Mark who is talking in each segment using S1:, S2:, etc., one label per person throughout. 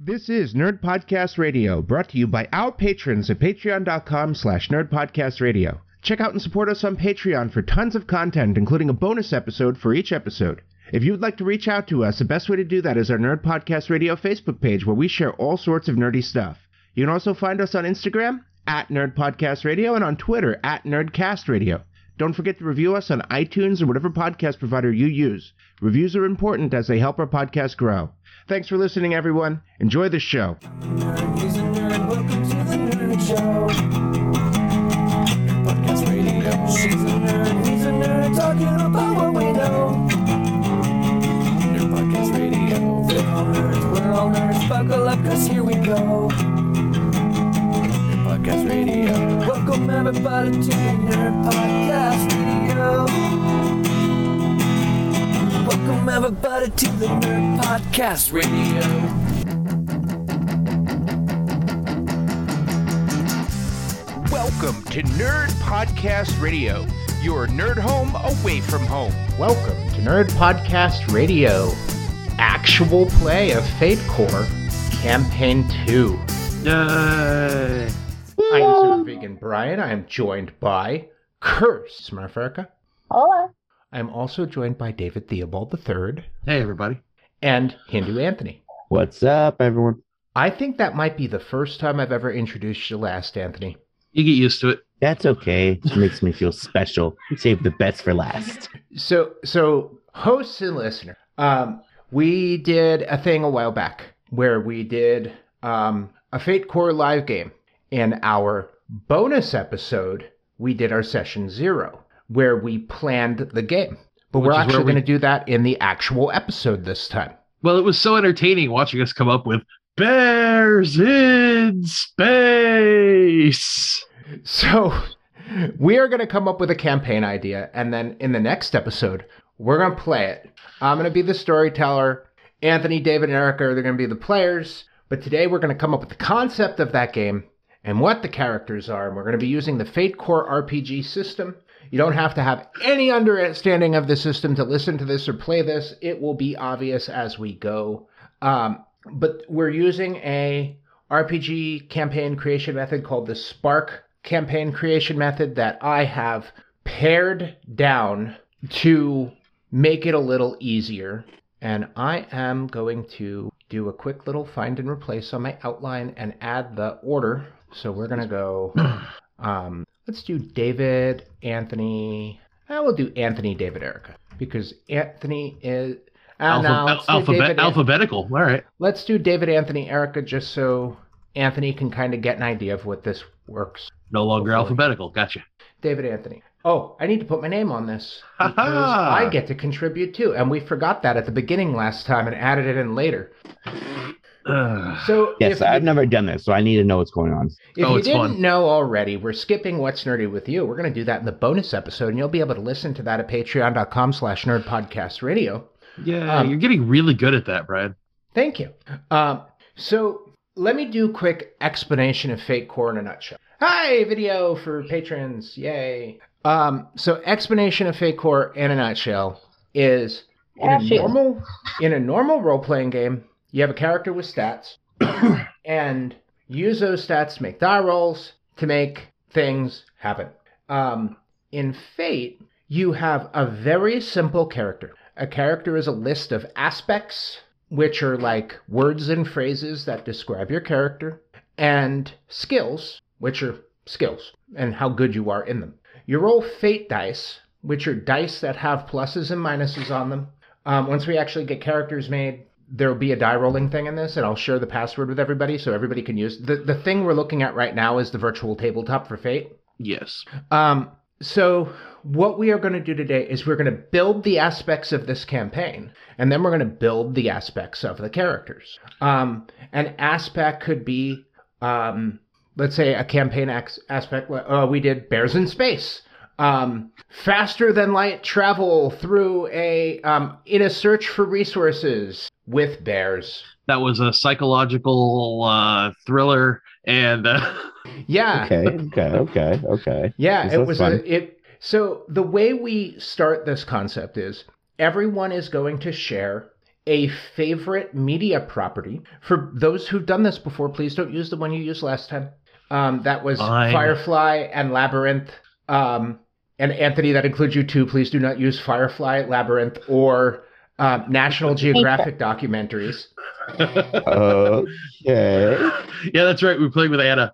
S1: This is Nerd Podcast Radio, brought to you by our patrons at patreon.com slash nerdpodcastradio. Check out and support us on Patreon for tons of content, including a bonus episode for each episode. If you would like to reach out to us, the best way to do that is our Nerd Podcast Radio Facebook page, where we share all sorts of nerdy stuff. You can also find us on Instagram, at Nerd Podcast Radio, and on Twitter, at Nerdcast Radio. Don't forget to review us on iTunes or whatever podcast provider you use. Reviews are important as they help our podcast grow. Thanks for listening, everyone. Enjoy the show.
S2: Nerd is a nerd. Welcome to the Nerd Show. Podcast radio. She's a nerd. He's a nerd. Talking about what we know. Nerd Podcast Radio. We're all nerds. We're all nerds. Buckle up, cause here we go. Nerd Podcast Radio. Welcome, everybody, to the Nerd Podcast Radio. Welcome, everybody, to the Nerd Podcast Radio.
S1: Welcome to Nerd Podcast Radio, your nerd home away from home.
S3: Welcome to Nerd Podcast Radio, actual play of Fate Core Campaign 2. I am Vegan Brian. I am joined by Curse Smurferica.
S4: Hola.
S3: I am also joined by David Theobald III
S5: Hey, everybody.
S3: and Hindu Anthony.
S6: What's up, everyone?
S3: I think that might be the first time I've ever introduced you last, Anthony.
S5: You get used to it.
S6: That's okay. It makes me feel special. Save the best for last.
S3: So, so hosts and listener, um, we did a thing a while back where we did um, a Fate Core live game. In our bonus episode, we did our session zero, where we planned the game. But
S5: Which
S3: we're
S5: is where
S3: actually
S5: we-
S3: going to do that in the actual episode this time.
S5: Well, it was so entertaining watching us come up with bears in space.
S3: So we are going to come up with a campaign idea, and then in the next episode, we're going to play it. I'm going to be the storyteller. Anthony, David, and Erica are going to be the players. But today we're going to come up with the concept of that game and what the characters are. And we're going to be using the Fate Core RPG system. You don't have to have any understanding of the system to listen to this or play this. It will be obvious as we go. Um, but we're using a RPG campaign creation method called the Spark campaign creation method that I have pared down to make it a little easier. And I am going to do a quick little find and replace on my outline and add the order. So we're going to go, um, let's do David, Anthony. I will do Anthony, David, Erica, because Anthony is. Uh, no,
S5: Alpha-
S3: let's do
S5: al- alphabet,
S3: David, Erica.
S5: alphabetical. All right.
S3: Let's do David, Anthony, Erica, just so Anthony can kind of get an idea of what this works.
S5: No longer
S3: Hopefully.
S5: alphabetical. Gotcha.
S3: David, Anthony. Oh, I need to put my name on this
S5: Ha
S3: because
S5: ha.
S3: I get to contribute too, and we forgot that at the beginning last time and added it in later.
S5: Ugh.
S3: So
S6: Yes,
S3: if,
S6: I've
S3: you,
S6: never done this, so I need to know what's going on.
S3: if
S5: Oh,
S3: you
S5: it's
S3: didn't
S5: fun.
S3: know already, we're skipping What's Nerdy with You. We're going to do that in the bonus episode, and you'll be able to listen to that at patreon.com slash nerdpodcastradio.
S5: yeah,
S3: um,
S5: you're getting really good at that, Brian.
S3: Thank you. Um, so let me do quick explanation of Fate Core in a nutshell. Hi, video for patrons. Yay. Um, so explanation of Fate Core in a nutshell is in a
S4: Ashy.
S3: normal in a normal role playing game, you have a character with stats and use those stats to make die rolls to make things happen. Um, in Fate, you have a very simple character. A character is a list of aspects, which are like words and phrases that describe your character, and skills, which are skills and how good you are in them. You roll fate dice, which are dice that have pluses and minuses on them. Um, once we actually get characters made, there'll be a die rolling thing in this, and I'll share the password with everybody so everybody can use. The, the thing we're looking at right now is the virtual tabletop for fate.
S5: Yes.
S3: Um, so what we are going to do today is we're going to build the aspects of this campaign, and then we're going to build the aspects of the characters. Um, an aspect could be, um, let's say, a campaign ax- aspect. Uh, we did bears in space. Um, faster than light travel through a um, in a search for resources with bears.
S5: That was a psychological uh, thriller, and uh,
S3: Yeah.
S6: Okay, okay, okay, okay.
S3: Yeah,
S6: This
S3: it
S6: looks
S3: was
S6: fun.
S3: a, it. So the way we start this concept is everyone is going to share a favorite media property. For those who've done this before, please don't use the one you used last time. Um, that was
S5: Fine.
S3: Firefly and Labyrinth. Um, and Anthony, that includes you too. Please do not use Firefly, Labyrinth, or um, National Geographic documentaries.
S6: Okay.
S5: yeah, that's right. We played with Anna.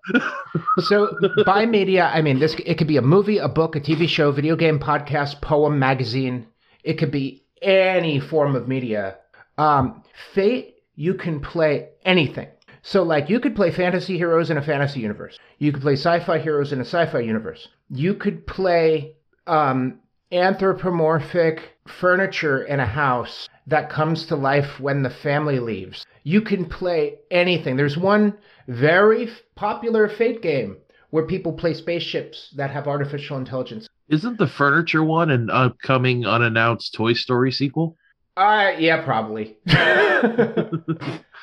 S3: So by media, I mean this. It could be a movie, a book, a TV show, video game, podcast, poem, magazine. It could be any form of media. Um, Fate, you can play anything. So like you could play fantasy heroes in a fantasy universe. You could play sci-fi heroes in a sci-fi universe. You could play um, anthropomorphic furniture in a house that comes to life when the family leaves. You can play anything. There's one very f- popular Fate game where people play spaceships that have artificial intelligence.
S5: Isn't the furniture one an upcoming unannounced Toy Story sequel?
S3: Uh, yeah, probably. well,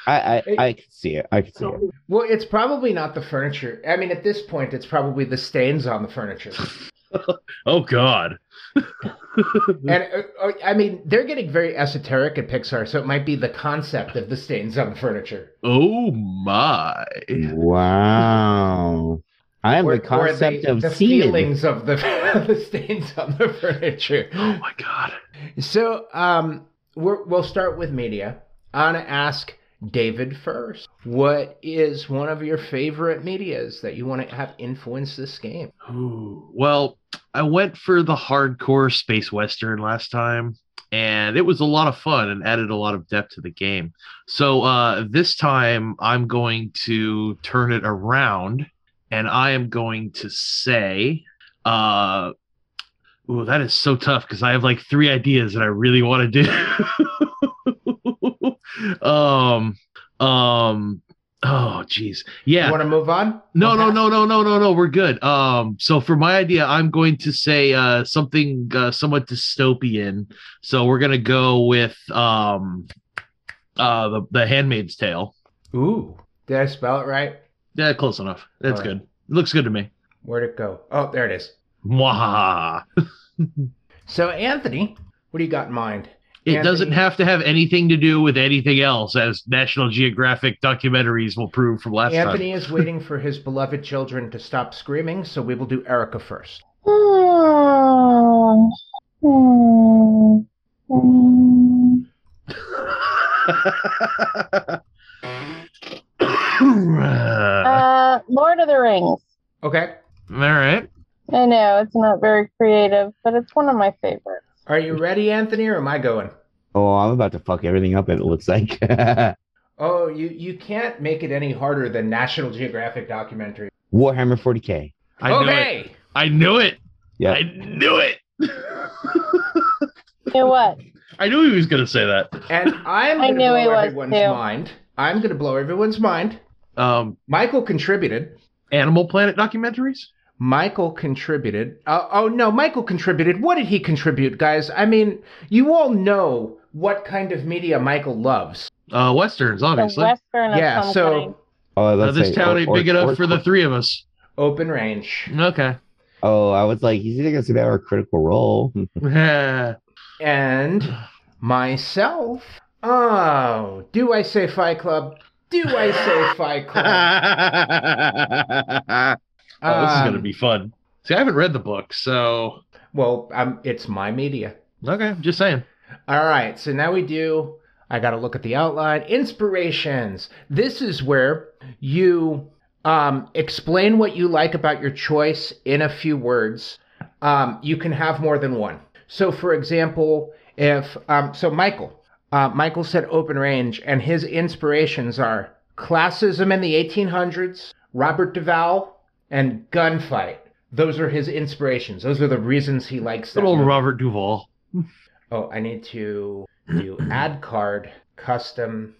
S6: I, I I can see it. I can see it.
S3: it's probably not the furniture. I mean, at this point, it's probably the stains on the furniture.
S5: Oh God.
S3: And uh, uh, I mean, they're getting very esoteric at Pixar, so it might be the concept of the stains on the furniture.
S5: oh my.
S6: Wow. I am
S3: Or-
S6: the
S3: or
S6: concept
S3: the,
S6: of
S3: the
S6: semen.
S3: feelings of the, the stains on the furniture.
S5: Oh my God.
S3: So um, we're, we'll start with media. I want to ask David first. What is one of your favorite medias that you want to have influence this game?
S5: Ooh, well, I went for the hardcore space western last time, and it was a lot of fun and added a lot of depth to the game. So uh, this time, I'm going to turn it around, and I am going to say, uh, "Ooh, that is so tough because I have like three ideas that I really want to do." um, um, oh, geez, yeah.
S3: You want to move on?
S5: No,
S3: Okay.
S5: no, no, no, no, no, no. We're good. Um, so for my idea, I'm going to say uh something uh, somewhat dystopian. So we're gonna go with um uh the, the Handmaid's Tale.
S3: Ooh. Did I spell it right?
S5: Yeah, close enough. That's
S3: All right.
S5: good. Looks good to me.
S3: Where'd it go? Oh, there it is.
S5: Mwahaha.
S3: So, Anthony, what do you got in mind?
S5: It
S3: Anthony.
S5: doesn't have to have anything to do with anything else, as National Geographic documentaries will prove from last time.
S3: Anthony is waiting for his beloved children to stop screaming, so we will do Erica first.
S5: All
S4: Uh, Lord of the Rings.
S3: Okay.
S5: right.
S4: I know it's not very creative, but it's one of my favorites.
S3: Are you ready, Anthony, or am I going?
S6: Oh, I'm about to fuck everything up. It looks like.
S3: Oh, you, you can't make it any harder than National Geographic documentary.
S6: Warhammer 40k.
S5: I knew it.
S3: okay.
S5: I knew it.
S6: Yeah.
S5: I knew it.
S4: You know what?
S5: I knew he was going to say that.
S3: And I'm
S4: I
S3: going to
S4: knew he
S3: blow
S4: was,
S3: everyone's
S4: too.
S3: mind. I'm going to blow everyone's mind.
S5: Um,
S3: Michael contributed.
S5: Animal Planet documentaries?
S3: Michael contributed. Uh, oh no, Michael contributed. What did he contribute, guys? I mean, you all know what kind of media Michael loves.
S5: Uh, Westerns,
S4: The
S5: obviously.
S4: Western of
S3: yeah.
S4: some
S3: So
S4: kind.
S6: Oh,
S5: Now,
S6: that's
S5: this town ain't big enough for the three of us.
S3: open range.
S5: Okay.
S6: Oh, I was like, he's either gonna see that or Critical Role.
S5: Oh,
S3: and myself. Oh, do I say Fight Club? Do I say Fight Club?
S5: Oh, this is going to
S3: Um,
S5: be fun. See, I haven't read the book, so.
S3: well. Um, it's my media.
S5: Okay, just saying.
S3: All right, so now we do. I got to look at the outline. Inspirations. This is where you um, explain what you like about your choice in a few words. Um, you can have more than one. So, for example, if um, so, Michael. Uh, Michael said open range, and his inspirations are classism in the 1800s, Robert Duval, and gunfight. Those are his inspirations. Those are the reasons he likes that.
S5: Good old
S3: movie.
S5: Robert Duvall.
S3: Oh, I need to do add card custom.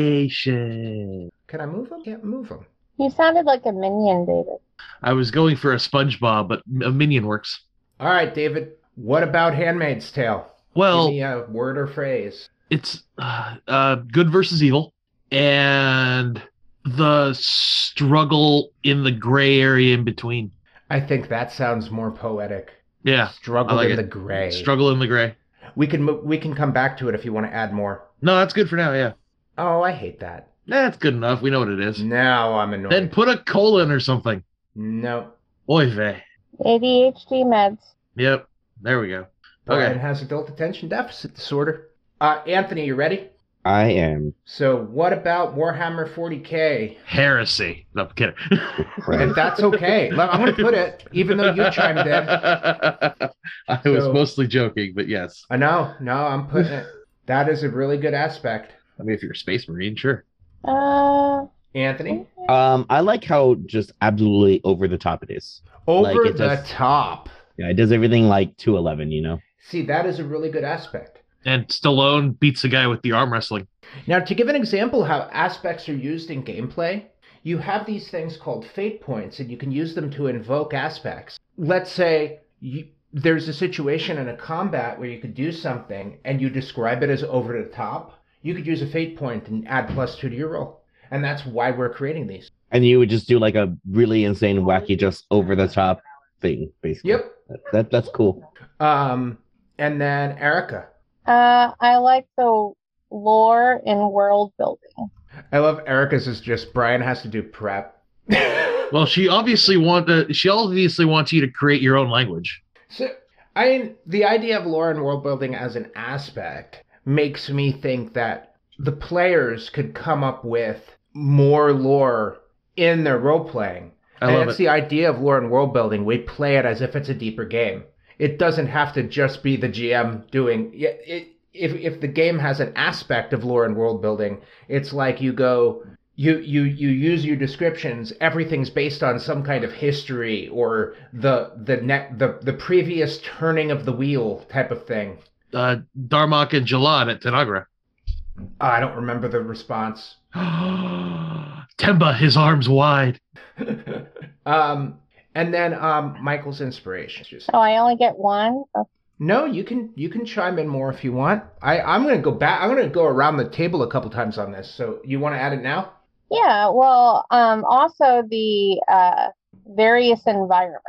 S5: Inspiration.
S3: Can I move them? Can't move them.
S4: You sounded like a minion, David.
S5: I was going for a SpongeBob, but a minion works.
S3: All right, David. What about Handmaid's Tale?
S5: Well,
S3: Give me a word or phrase.
S5: it's uh, uh, good versus evil and the struggle in the gray area in between
S3: I think that sounds more poetic.
S5: yeah
S3: Struggle
S5: I like
S3: in
S5: it.
S3: the gray.
S5: struggle in the gray
S3: We can mo- we can come back to it if you want to add more.
S5: No, that's good for now. Yeah,
S3: Oh, I hate that.
S5: that's good enough. We know what it is.
S3: Now I'm annoyed.
S5: Then put a colon or something.
S3: no.
S5: Oy vey.
S4: ADHD meds.
S5: Yep. There we go.
S3: Brian has adult attention deficit disorder. Uh, Anthony, you ready?
S6: I am.
S3: So what about Warhammer 40k?
S5: Heresy. No, I'm kidding.
S3: If
S6: Right.
S3: that's okay, Look, I'm going to put it, even though you chimed in.
S5: I was
S3: So-
S5: mostly joking, but yes.
S3: I know, no, I'm putting it. That is a really good aspect,
S5: I mean, if you're a space marine, sure.
S4: Uh,
S3: Anthony.
S6: Um, I like how just absolutely over the top it is. Like,
S3: Over
S6: it
S3: the
S6: does-
S3: top.
S6: Yeah, it does everything like two eleven. You know.
S3: See, that is a really good aspect.
S5: And Stallone beats the guy with the arm wrestling.
S3: Now, to give an example how aspects are used in gameplay, you have these things called fate points, and you can use them to invoke aspects. Let's say you, there's a situation in a combat where you could do something and you describe it as over the top. You could use a fate point and add plus two to your roll. And that's why we're creating these.
S6: And you would just do like a really insane, wacky, just over the top thing, basically.
S3: Yep.
S6: That, that that's cool.
S3: Um, and then Erica.
S4: uh, I like the lore and world building.
S3: I love Erica's is just Brian has to do prep.
S5: Well, she obviously want to, she obviously wants you to create your own language.
S3: So, I mean, the idea of lore and world building as an aspect makes me think that the players could come up with more lore in their role playing.
S5: I
S3: and
S5: love
S3: that's
S5: it.
S3: the idea of lore and world building. We play it as if it's a deeper game. It doesn't have to just be the GM doing yeah, it. If if the game has an aspect of lore and world building, it's like you go you you you use your descriptions. Everything's based on some kind of history or the the net the the previous turning of the wheel type of thing.
S5: Uh, Darmok and Jalad at Tanagra.
S3: Ah, I don't remember the response.
S5: Temba, his arms wide.
S3: um, and then um, Michael's inspiration.
S4: Oh, I only get one. Oh,
S3: No, you can you can chime in more if you want. I I'm gonna go back. I'm gonna go around the table a couple times on this. So you want to add it now?
S4: Yeah. Well, um, also the uh, various environments.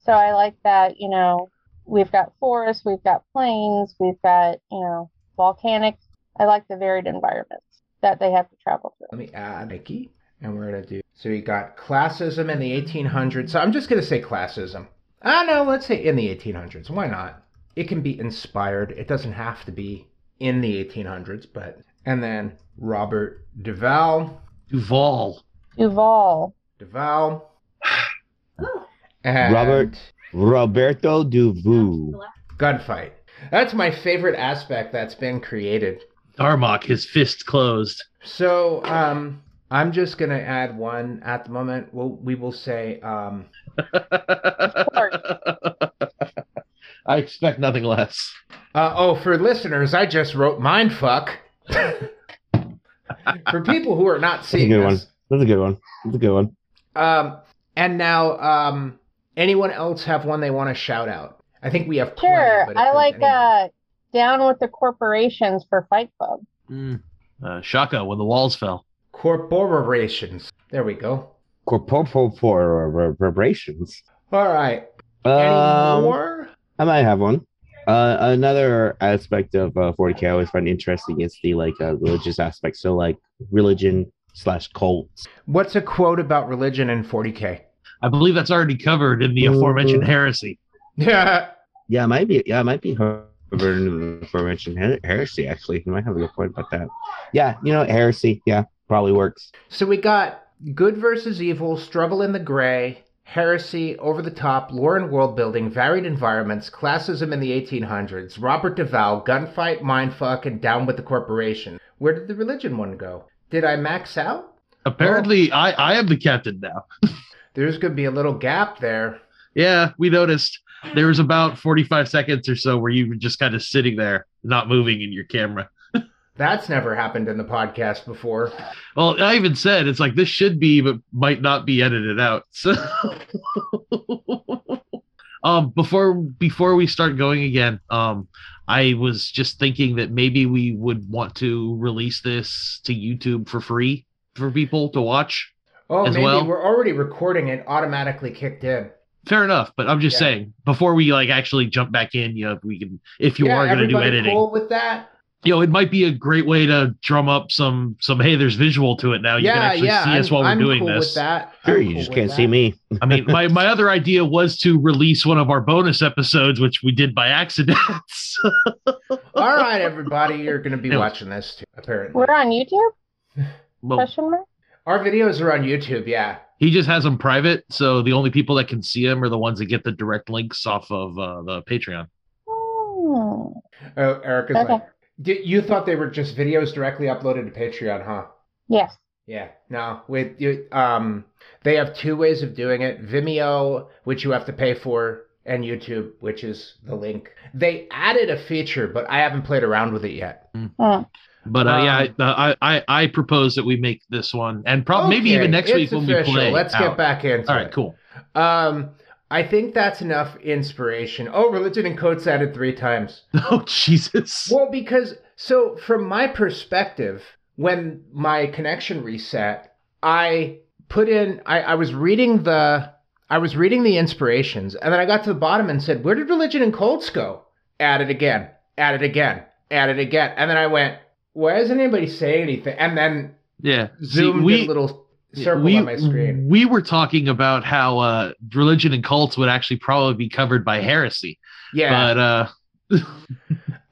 S4: So I like that. You know, we've got forests, we've got plains, we've got you know volcanic. I like the varied environments that they have to travel through.
S3: Let me add Mickey, and we're gonna do. So we got classism in the 1800s. So I'm just gonna say classism. Ah no, let's say in the 1800s. Why not? It can be inspired. It doesn't have to be in the 1800s, but and then Robert Duval,
S5: Duval.
S4: Duval.
S3: Duval, and
S6: Robert. Roberto Duvu.
S3: Gunfight. That's my favorite aspect that's been created.
S5: Darmok, his fist closed.
S3: So um, I'm just gonna add one at the moment. We'll, we will say um,
S5: I expect nothing less.
S3: uh, oh for listeners, I just wrote mindfuck. for people who are not seeing
S6: good
S3: this,
S6: That's a good one. That's a good one.
S3: um, and now um, anyone else have one they want to shout out? I think we have plenty.
S4: Sure.
S3: but if
S4: I
S3: there's
S4: like
S3: anyone-
S4: uh, down with the corporations for Fight Club.
S5: Mm. Uh, Shaka, when the walls fell.
S3: corporations. There we go.
S6: Corporations.
S3: All right. Any
S6: Um,
S3: more?
S6: I might have one. Uh, another aspect of uh, 40k I always find interesting is the like uh, religious aspect. So like religion slash cults.
S3: What's a quote about religion in 40k?
S5: I believe that's already covered in the
S6: Mhm.
S5: aforementioned heresy.
S3: Yeah.
S6: Yeah, it might be. Yeah, it might be covered in the aforementioned her- heresy. Actually, you might have a good point about that. Yeah, you know heresy. Yeah, probably works.
S3: So we got good versus evil, struggle in the gray, heresy, over the top, lore and world building, varied environments, classism in the 1800s, Robert DeVal, gunfight, mindfuck, and down with the corporation. Where did the religion one go? Did I max out?
S5: Apparently, I, I am the captain now.
S3: There's going to be a little gap there.
S5: Yeah, we noticed there was about 45 seconds or so where you were just kind of sitting there, not moving in your camera.
S3: That's never happened in the podcast before.
S5: Well, I even said it's like this should be, but might not be edited out. So, um, before before we start going again, um, I was just thinking that maybe we would want to release this to YouTube for free for people to watch.
S3: Oh,
S5: As
S3: maybe
S5: well.
S3: we're already recording it automatically kicked in.
S5: fair enough. But I'm just
S3: Yeah.
S5: saying, before we like actually jump back in, you know, if we can, if you
S3: Yeah,
S5: are going to do
S3: everybody
S5: editing,
S3: Cool with that?
S5: you know, it might be a great way to drum up some some. Hey, there's visual to it now. Oh, You
S3: yeah,
S5: can actually
S3: yeah.
S5: see
S3: I'm,
S5: us while we're
S3: I'm
S5: doing
S3: cool
S5: this.
S3: With that.
S6: Sure,
S3: I'm
S6: you
S3: cool
S6: just
S3: with
S6: can't
S3: that.
S6: see me.
S5: I mean, my my other idea was to release one of our bonus episodes, which we did by accident. So-
S3: All right, everybody, you're going to be
S5: Anyways.
S3: watching this too. Apparently,
S4: We're on YouTube?
S5: well,
S4: Question mark?
S3: our videos are on YouTube. Yeah,
S5: he just has them private, so the only people that can see him are the ones that get the direct links off of uh, the Patreon.
S4: Hmm.
S3: oh, Erica's
S4: Okay.
S3: like, D- you thought they were just videos directly uploaded to Patreon, huh?
S4: Yes.
S3: Yeah, no. With you, um, they have two ways of doing it: Vimeo, which you have to pay for, and YouTube, which is the link. They added a feature, but I haven't played around with it yet.
S4: Hmm.
S5: But uh, yeah,
S3: Um,
S5: I, uh, I I I propose that we make this one, and probably maybe
S3: Okay,
S5: even next
S3: it's
S5: week when we
S3: official.
S5: play.
S3: Let's get
S5: out.
S3: back into
S5: All
S3: it.
S5: right, cool.
S3: Um, I think that's enough inspiration. Oh, religion and coats added three times.
S5: Oh Jesus!
S3: Well, because so from my perspective, when my connection reset, I put in I, I was reading the I was reading the inspirations, and then I got to the bottom and said, Where did religion and cults go? Add it again, add it again, add it again. And then I went, Why isn't anybody saying anything? And then
S5: Yeah, See,
S3: zoomed in a little circle
S5: we,
S3: on my screen.
S5: We were talking about how uh, religion and cults would actually probably be covered by heresy,
S3: Yeah.
S5: but uh,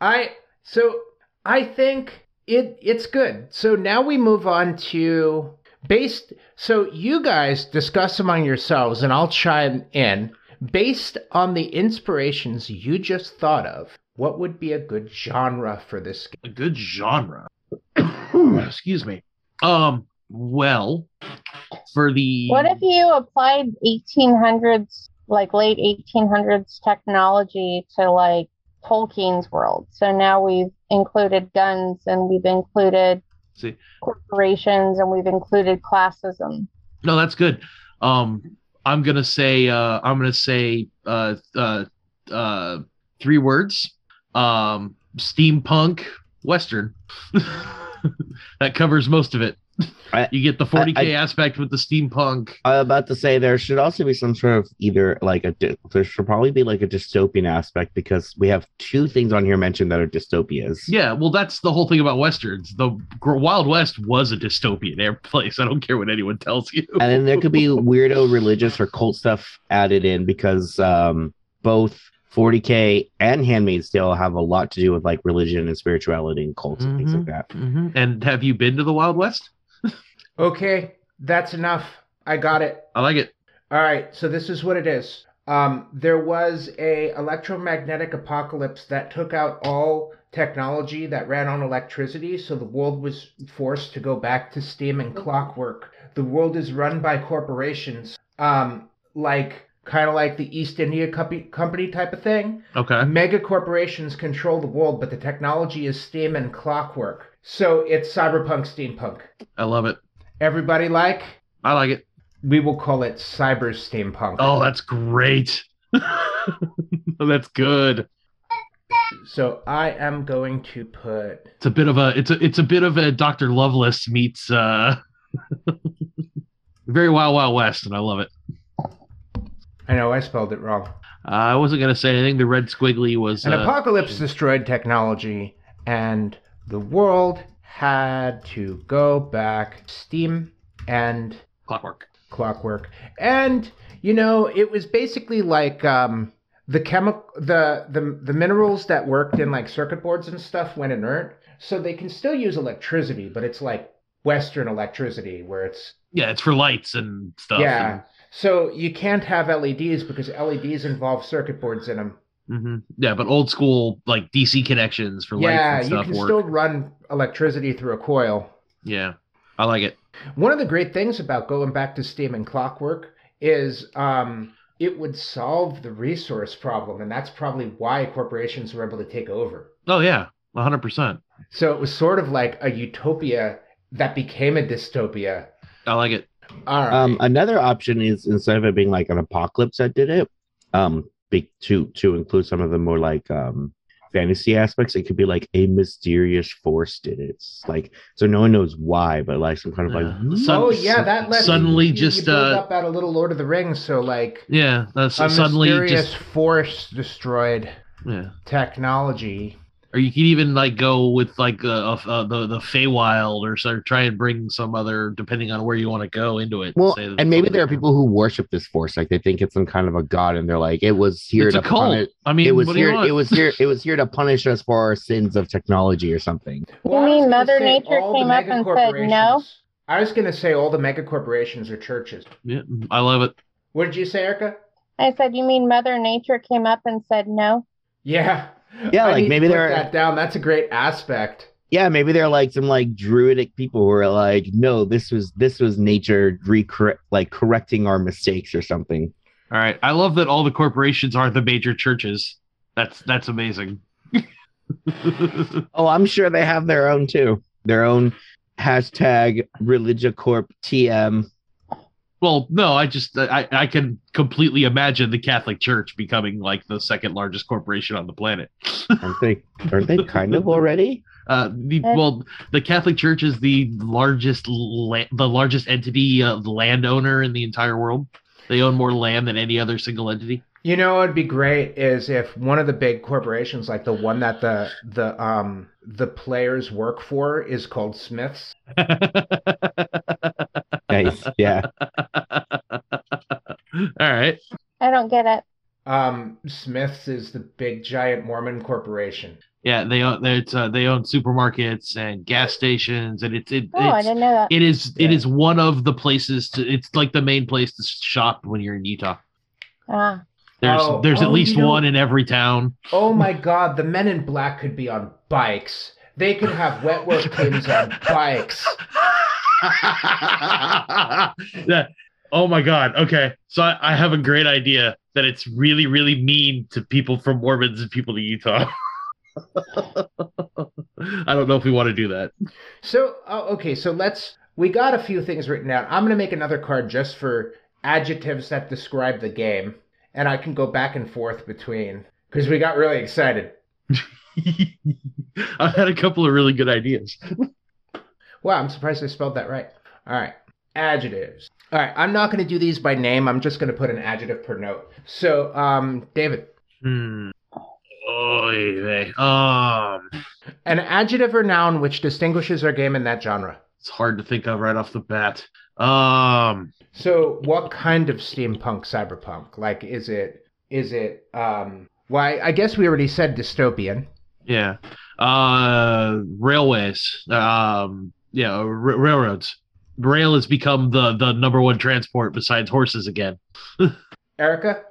S3: I so I think it it's good. So now we move on to based so you guys discuss among yourselves and I'll chime in. Based on the inspirations you just thought of, what would be a good genre for this game?
S5: a good genre.
S6: Hmm.
S5: Excuse me. Um. Well, for the
S4: What if you applied 1800s, like late 1800s technology to like Tolkien's world? So now we've included guns and we've included
S5: See.
S4: corporations and we've included classism.
S5: No, that's good. Um, I'm gonna say uh, I'm gonna say uh, uh, uh, three words. Um, steampunk western. that covers most of it.
S6: I-
S5: you get the 40k
S6: I-
S5: aspect with the steampunk.
S6: I was about to say there should also be some sort of either like a dy- there should probably be like a dystopian aspect because we have two things on here mentioned that are dystopias.
S5: Yeah, well, that's the whole thing about westerns. The Gr- Wild West was a dystopian air place. I don't care what anyone tells you.
S6: and then there could be weirdo religious or cult stuff added in because um, both 40k and Handmaid's Tale have a lot to do with like religion and spirituality and cults and
S3: Mm-hmm.
S6: things like that.
S5: Mhm. And have you been to the Wild West?
S3: Okay, that's enough. I got it.
S5: I like it.
S3: All right, so this is what it is. Um, there was a electromagnetic apocalypse that took out all technology that ran on electricity, so the world was forced to go back to steam and clockwork. The world is run by corporations, um, like kind of like the East India Company, Company type of thing.
S5: Okay.
S3: Mega corporations control the world, but the technology is steam and clockwork. So it's cyberpunk steampunk.
S5: I love it.
S3: Everybody like?
S5: I like it.
S3: We will call it cyber steampunk.
S5: Oh, that's great. Oh, that's good.
S3: So I am going to put.
S5: It's a bit of a it's a it's a bit of a Dr. Lovelace meets uh very Wild Wild West, and I love it.
S3: I know I spelled it wrong.
S5: Uh, I wasn't gonna say anything. The red squiggly was
S3: An
S5: uh,
S3: apocalypse destroyed technology, and the world had to go back steam and
S5: clockwork.
S3: clockwork. And you know, it was basically like um, the chemi- the the the minerals that worked in like circuit boards and stuff went inert, so they can still use electricity, but it's like Western electricity where it's
S5: Yeah, it's for lights and stuff.
S3: Yeah. So you can't have LEDs because LEDs involve circuit boards in them.
S5: And, mhm. Yeah, but old school like DC connections for
S3: yeah,
S5: lights and
S3: you
S5: stuff
S3: can
S5: work.
S3: still run electricity through a coil.
S5: Yeah. I like it.
S3: One of the great things about going back to steam and clockwork is um, it would solve the resource problem, and that's probably why corporations were able to take over.
S5: Oh yeah, hundred percent.
S3: So it was sort of like a utopia that became a dystopia.
S5: I like it.
S3: All right.
S6: Um, another option is instead of it being like an apocalypse that did it, um, be, to to include some of the more like um, fantasy aspects, it could be like a mysterious force did it. It's like so no one knows why, but like some kind of like "Hmm,
S5: Yeah. Sun-
S3: oh yeah, that let
S5: suddenly
S3: you- you
S5: just
S3: build
S5: uh
S3: up out a little Lord of the Rings. So like
S5: yeah, uh,
S3: a
S5: so suddenly
S3: mysterious
S5: just
S3: force destroyed
S5: yeah.
S3: technology.
S5: Or you could even like go with like uh, uh, the the Feywild or so try and bring some other depending on where you want to go into it.
S6: well,
S5: say that
S6: and maybe
S5: something-
S6: there are people who worship this force, like they think it's some kind of a god, and they're like, it was here
S5: It's
S6: to
S5: a cult.
S6: punish.
S5: I mean,
S6: it was
S5: what do you
S6: here.
S5: want?
S6: It was here. It was here to punish us for our sins of technology or something.
S4: You
S3: I was
S4: mean
S3: gonna
S4: Mother
S3: say
S4: Nature
S3: all the
S4: came up and said no?
S3: megacorporations- I was gonna say all the mega corporations are churches.
S5: Yeah, I love it.
S3: What did you say, Erica?
S4: I said, You mean Mother Nature came up and said no?
S3: Yeah.
S6: Yeah,
S3: I
S6: like,
S3: need to
S6: maybe
S3: put
S6: there are-
S3: that down. That's a great aspect.
S6: Yeah, maybe they're like some like druidic people who are like, no, this was this was nature recorrect, like correcting our mistakes or something.
S5: All right, I love that all the corporations are the major churches. That's that's amazing.
S6: Oh, I'm sure they have their own too. Their own hashtag religiacorp TM.
S5: well, no, I just I I can completely imagine the Catholic Church becoming like the second largest corporation on the planet.
S6: Aren't they? Aren't they kind of already?
S5: Uh, the, well, the Catholic Church is the largest la- the largest entity uh, landowner in the entire world. They own more land than any other single entity.
S3: You know, it'd be great is if one of the big corporations, like the one that the the um the players work for, is called Smiths.
S6: Nice. Yeah.
S5: All right.
S4: I don't get it.
S3: Um, Smiths is the big giant Mormon corporation.
S5: Yeah, they own they, it's, uh, they own supermarkets and gas stations, and it's it,
S4: Oh, I
S5: it's
S4: didn't know that.
S5: it is it
S3: Yeah.
S5: is one of the places to it's like the main place to shop when you're in Utah.
S4: ah,
S5: There's
S3: Oh,
S5: there's at
S3: oh,
S5: least
S3: you know-
S5: one in every town.
S3: Oh my God, the Men in Black could be on bikes. They could have Wetworth teams on bikes.
S5: Yeah. Oh my god. Okay. So I, I have a great idea that it's really, really mean to people from Mormons and people to Utah. I don't know if we want to do that.
S3: So, oh, okay, so let's. We got a few things written down. I'm gonna make another card just for adjectives that describe the game, and I can go back and forth between because we got really excited.
S5: I've had a couple of really good ideas.
S3: Wow, I'm surprised I spelled that right. All right, adjectives. All right, I'm not gonna do these by name. I'm just gonna put an adjective per note. So, um, David,
S5: Hmm. Oy vey. Um,
S3: an adjective or noun which distinguishes our game in that genre.
S5: it's hard to think of right off the bat. Um,
S3: So, what kind of steampunk cyberpunk? Like, is it is it um? Why? I guess we already said dystopian.
S5: yeah. Uh, railways. Um, yeah, r- railroads. Rail has become the the number one transport besides horses again.
S3: Erica,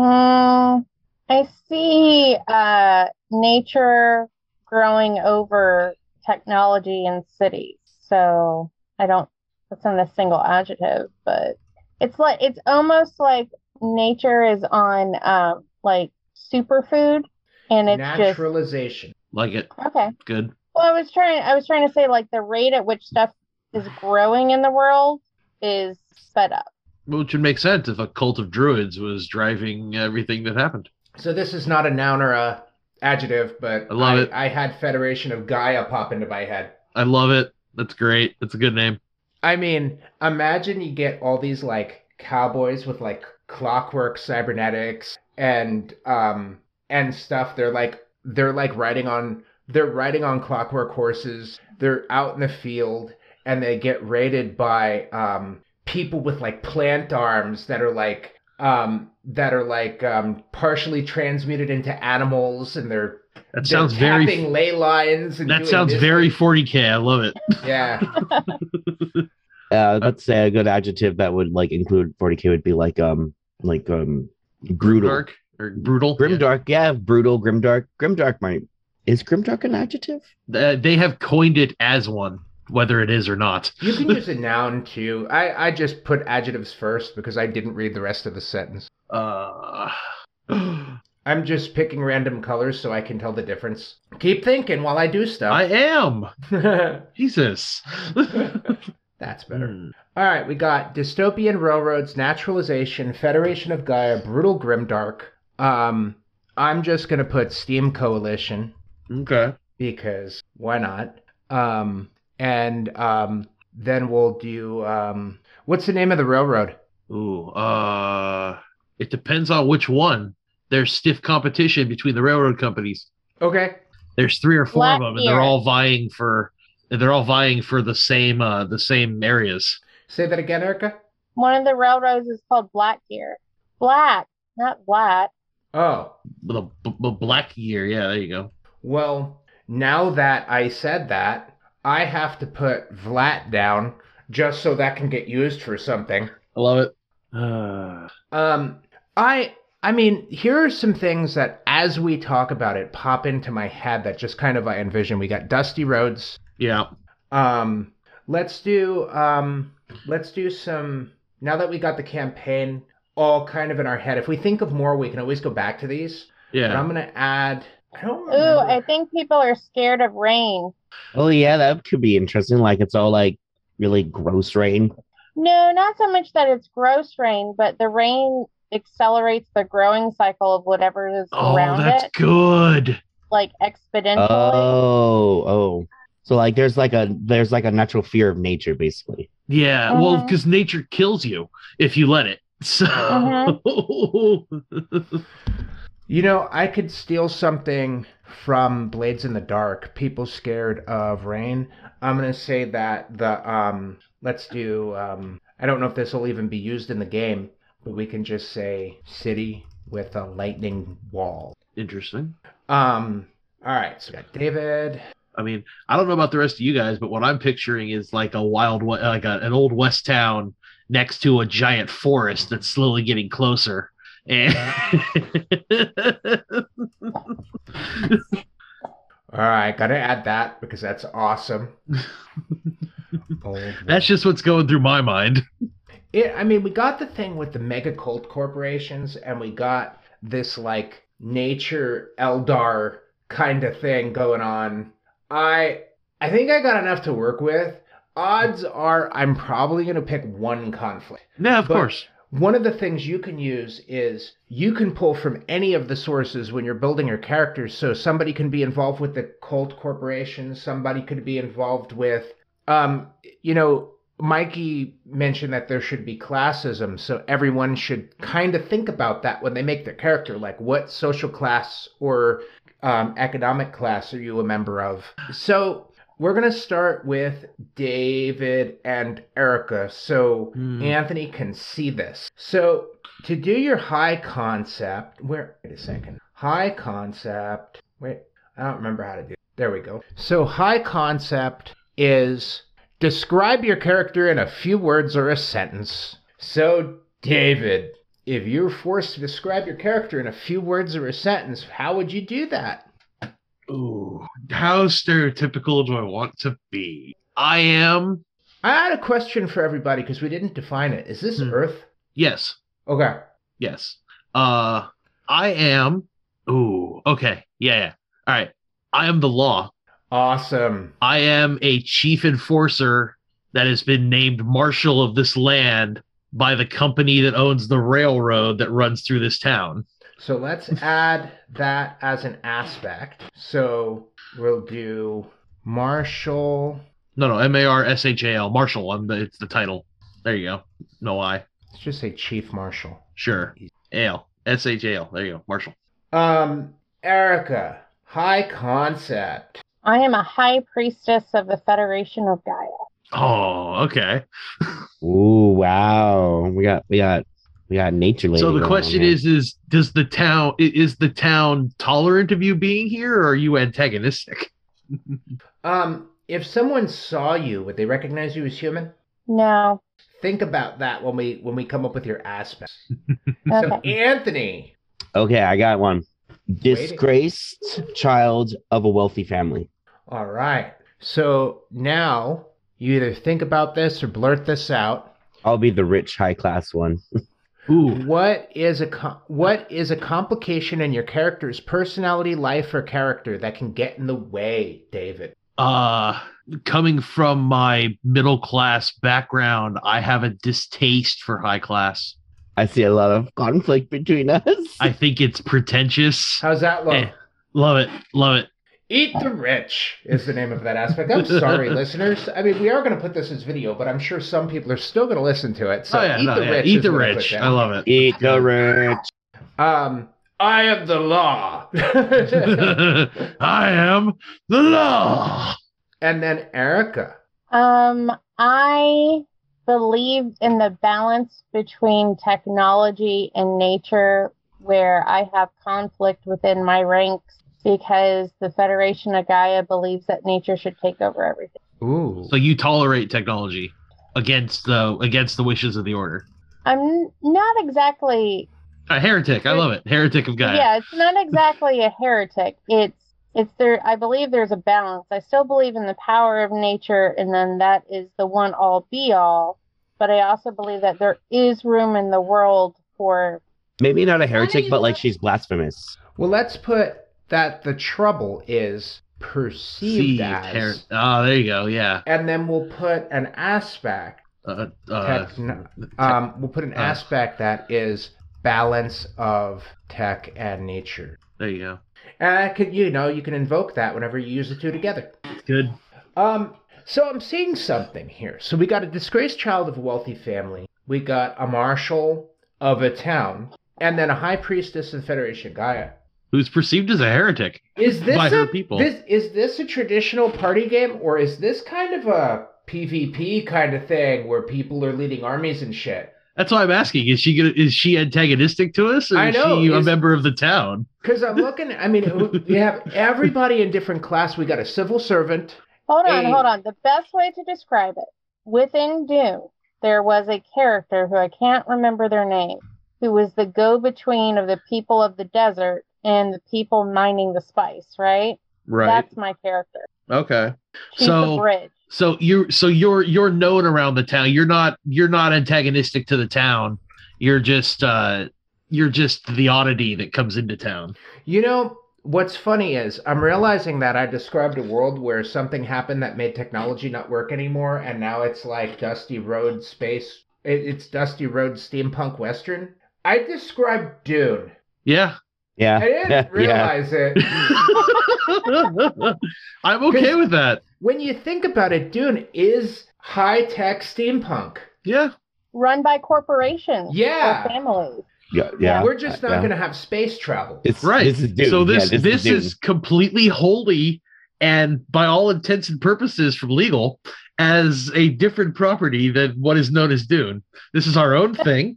S4: Mm, I see uh, nature growing over technology in cities. So I don't, that's not a single adjective, but it's like, it's almost like nature is on um, like superfood and it's
S3: naturalization.
S5: Like it.
S4: just, okay.
S5: Good.
S4: Well, I was trying, I was trying to say like the rate at which stuff is growing in the world is sped up.
S5: Which would make sense if a cult of druids was driving everything that happened.
S3: So this is not a noun or a adjective, but
S5: I love it.
S3: I had Federation of Gaia pop into my head.
S5: I love it. That's great. That's a good name.
S3: I mean, imagine you get all these like cowboys with like clockwork cybernetics and um and stuff. They're like they're like riding on they're riding on clockwork horses. They're out in the field and they get raided by um people with like plant arms that are like um that are like um partially transmuted into animals and they're
S5: That
S3: they're
S5: sounds
S3: tapping
S5: very.
S3: lay lines and
S5: That
S3: doing
S5: sounds
S3: this-
S5: very 40k. I love it.
S3: yeah
S6: Uh, let's say a good adjective that would like include 40k would be like um like um brutal.
S5: Dark or brutal. Yeah.
S6: Grimdark, yeah. brutal. Grimdark, Grimdark might is Grimdark an adjective?
S5: Uh, they have coined it as one, whether it is or not.
S3: You can use a noun too. I, I just put adjectives first because I didn't read the rest of the sentence.
S5: Uh,
S3: I'm just picking random colors so I can tell the difference. Keep thinking while I do
S5: I
S3: stuff.
S5: am Jesus.
S3: That's
S5: Hmm.
S3: better. All right, we got dystopian railroads, naturalization, Federation of Gaia, brutal grimdark. Um, I'm just gonna put Steam Coalition
S5: Okay.
S3: because why not? Um, and um, then we'll do um, what's the name of the railroad?
S5: Ooh. Uh, it depends on which one. There's stiff competition between the railroad companies.
S3: Okay,
S5: There's three or four of them, and they're
S4: Blackbeard.
S5: all vying for they're all vying for the same uh the same areas.
S3: say that again, Erica.
S4: One of the railroads is called Black Deer. Black, not black.
S3: Oh,
S5: The b- b- black year. Yeah, there you go.
S3: well, now that I said that, I have to put Vlat down just so that can get used for something.
S5: I love it. Uh,
S3: Um, I I mean, here are some things that as we talk about it pop into my head that just kind of I envision. We got Dusty Roads.
S5: yeah.
S3: Um, let's do um, let's do some now that we got the campaign all kind of in our head. If we think of more, we can always go back to these. But
S5: Yeah.
S3: I'm gonna add. I don't
S4: Ooh,
S3: remember.
S4: I think people are scared of rain.
S6: Oh yeah, that could be interesting. Like it's all like really gross rain.
S4: No, not so much that it's gross rain, but the rain accelerates the growing cycle of whatever is
S5: Oh,
S4: around
S5: that's
S4: it,
S5: good.
S4: like exponentially.
S6: Oh, oh. So like there's like a there's like a natural fear of nature basically.
S5: Yeah. Well, 'cause Well,
S4: Mhm.
S5: because nature kills you if you let it. So.
S3: You know, I could steal something from Blades in the Dark. People scared of rain. I'm gonna say that the um let's do um I don't know if this will even be used in the game, but we can just say city with a lightning wall.
S5: Interesting.
S3: Um all right, so we got David.
S5: I mean, I don't know about the rest of you guys, but what I'm picturing is like a wild, we- like a, an old west town next to a giant forest that's slowly getting closer. And
S3: All right, gotta add that because that's awesome. Old
S5: that's just what's going through my mind.
S3: It, I mean, we got the thing with the mega cult corporations, and we got this like nature Eldar kind of thing going on. I I think I got enough to work with. Odds are, I'm probably going to pick one conflict.
S5: No, of
S3: But-
S5: course.
S3: One of the things you can use is you can pull from any of the sources when you're building your characters. So somebody can be involved with the cult corporation, somebody could be involved with, um, you know, Mikey mentioned that there should be classism. So everyone should kind of think about that when they make their character. Like, what social class or um, economic class are you a member of? So we're going to start with David and Erica. So.
S5: Hmm.
S3: Anthony can see this. So to do your high concept, where wait a second. High concept. Wait, I don't remember how to do. There we go. So high concept is describe your character in a few words or a sentence. So David, if you're forced to describe your character in a few words or a sentence, how would you do that?
S5: Ooh, how stereotypical do I want to be? I am.
S3: I had a question for everybody because we didn't define it. Is this
S5: Hmm.
S3: Earth?
S5: Yes.
S3: Okay.
S5: Yes. Uh, I am. Ooh. Okay. Yeah. yeah. All right. I am the law.
S3: Awesome.
S5: I am a chief enforcer that has been named marshal of this land by the company that owns the railroad that runs through this town.
S3: So let's add that as an aspect. So we'll do Marshall.
S5: No, no, M A R S H A L, marshal. I'm the, it's the title. There you go. No I.
S3: Let's just say Chief Marshall.
S5: Sure. Ale. S H A L. There you go. Marshal.
S3: Um, Erica, high concept.
S4: I am a high priestess of the Federation of Gaia.
S5: Oh, okay.
S6: Ooh, wow. We got we got we got nature lady.
S5: So
S6: going
S5: the
S6: on
S5: question
S6: here.
S5: is is does the town i- is the town tolerant of you being here or are you antagonistic?
S3: Um, if someone saw you, would they recognize you as human?
S4: No.
S3: Think about that when we when we come up with your aspect. So
S4: Okay.
S3: Anthony.
S6: Okay, I got one. Disgraced child of a wealthy family.
S3: All right. So now you either think about this or blurt this out.
S6: I'll be the rich high class one.
S5: Ooh.
S3: What is a com- what is a complication in your character's personality, life, or character that can get in the way, David?
S5: uh coming from my middle class background i have a distaste for high class
S6: I see a lot of conflict between us.
S5: I think it's pretentious.
S3: How's that look?
S5: Eh. Love it. Love it.
S3: Eat the rich is the name of that aspect. I'm sorry, listeners. I mean, we are going to put this as video, but I'm sure some people are still going to listen to it. So
S5: oh, yeah,
S3: eat
S5: no,
S3: the
S5: yeah.
S3: rich.
S5: Eat
S3: is
S5: the
S3: what I put
S5: rich.
S3: down.
S5: I love it.
S6: Eat the rich.
S3: Um, I am the law. and
S5: I am the law.
S3: then Erica.
S4: Um, I believe in the balance between technology and nature, where I have conflict within my ranks because the Federation of Gaia believes that nature should take over everything.
S3: Ooh.
S5: So you tolerate technology against the against the wishes of the order.
S4: I'm not exactly
S5: A heretic. I love it. Heretic of Gaia.
S4: yeah, it's not exactly a heretic. It's it's there I believe there's a balance. I still believe in the power of nature and then that is the one all be all, but I also believe that there is room in the world for
S6: Maybe not a heretic, but like she's blasphemous.
S3: well, let's put that the trouble is perceived
S5: Seed,
S3: as.
S5: her- oh, there you go. Yeah.
S3: and then we'll put an aspect.
S5: Uh, uh,
S3: techno- um, we'll put an
S5: uh.
S3: aspect that is balance of tech and nature.
S5: there you go.
S3: And I could, you know, you can invoke that whenever you use the two together.
S5: It's good.
S3: Um, so I'm seeing something here. So we got a disgraced child of a wealthy family. We got a marshal of a town, and then a high priestess of the Federation Gaia.
S5: Who's perceived as a heretic?
S3: Is this
S5: By
S3: a,
S5: her people.
S3: This is this a traditional party game, or is this kind of a PvP kind of thing where people are leading armies and shit?
S5: That's why I'm asking. Is she gonna, is she antagonistic to us, or
S3: I
S5: is
S3: know,
S5: she a
S3: is-
S5: member of the town?
S3: Because I'm looking, I mean, we have everybody in different class. We got a civil servant.
S4: Hold on,
S3: Hey.
S4: hold on. The best way to describe it within Dune, there was a character who I can't remember their name, who was the go between of the people of the desert and the people mining the spice, right?
S5: Right.
S4: That's my character.
S5: okay.
S4: She's
S5: So-
S4: the bridge.
S5: So you so you're you're known around the town. You're not you're not antagonistic to the town. You're just uh you're just the oddity that comes into town.
S3: You know, what's funny is I'm realizing that I described a world where something happened that made technology not work anymore, and now it's like Dusty Road space. It, it's Dusty Road steampunk western. I described Dune.
S5: Yeah.
S6: Yeah.
S3: I didn't realize it.
S5: I'm okay with that.
S3: When you think about it, Dune is high tech steampunk.
S5: Yeah.
S4: Run by corporations
S3: Yeah.
S4: or families.
S6: Yeah. yeah.
S3: We're just not
S6: Yeah.
S3: going to have space travel.
S6: It's,
S5: Right.
S6: This is Dune.
S5: So this
S6: Yeah,
S5: this,
S6: Dune.
S5: is, completely holy and by all intents and purposes from legal as a different property than what is known as Dune. This is our own thing.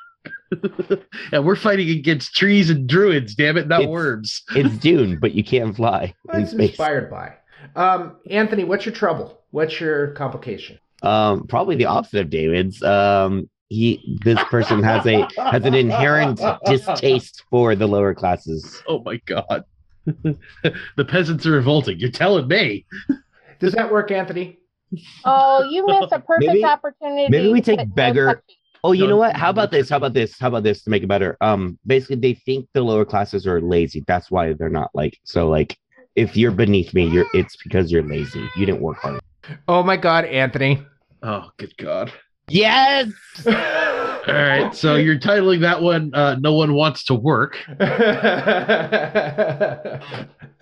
S5: and we're fighting against trees and druids, damn it, not
S6: It's-
S5: worms.
S6: it's Dune, but you can't fly
S3: Well,
S6: in
S3: It's
S6: space.
S3: inspired by. Um, Anthony, what's your trouble? What's your complication?
S6: Um, probably the opposite of David's. Um, he this person has a has an inherent distaste for the lower classes.
S5: Oh my god. the peasants are revolting. You're telling me.
S3: Does that work, Anthony?
S4: Oh, you missed a perfect
S6: Maybe-
S4: opportunity.
S6: maybe we
S4: to
S6: take
S4: put no
S6: beggar-
S4: touchy.
S6: Oh, you
S5: Don't-
S6: know what? How about this? How about this? How about this to make it better? Um, basically, they think the lower classes are lazy. That's why they're not like so. Like, if you're beneath me, you're it's because you're lazy. You didn't work hard.
S3: Oh my God, Anthony!
S5: Oh good god.
S6: Yes.
S5: All right. So you're titling that one uh No One Wants to Work.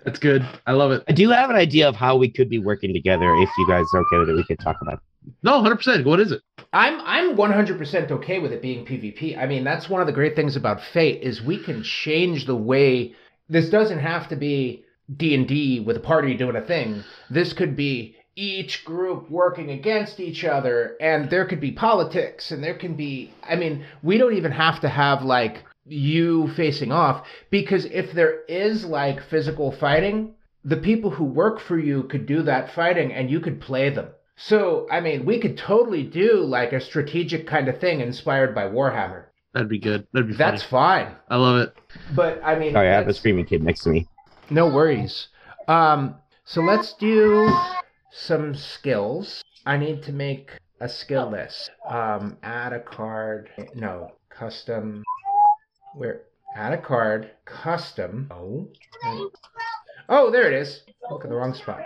S5: That's good. I love it.
S6: I do have an idea of how we could be working together. If you guys are okay with it, we could talk about. It.
S5: No, 100%. What is it?
S3: I'm I'm 100% okay with it being PvP. I mean, that's one of the great things about Fate is we can change the way this doesn't have to be D&D with a party doing a thing. This could be each group working against each other and there could be politics and there can be I mean, we don't even have to have like you facing off because if there is like physical fighting, the people who work for you could do that fighting and you could play them. So, I mean, we could totally do like a strategic kind of thing inspired by Warhammer.
S5: That'd be good. That'd be funny.
S3: That's fine.
S5: I love it.
S3: But I mean,
S6: Sorry, I have a
S3: that's-
S6: screaming kid next to me.
S3: no worries. Um, so let's do some skills. I need to make a skill list. Um, add a card. No, custom. Where? Add a card. Custom. Oh. Oh, there it is. Look at the wrong spot.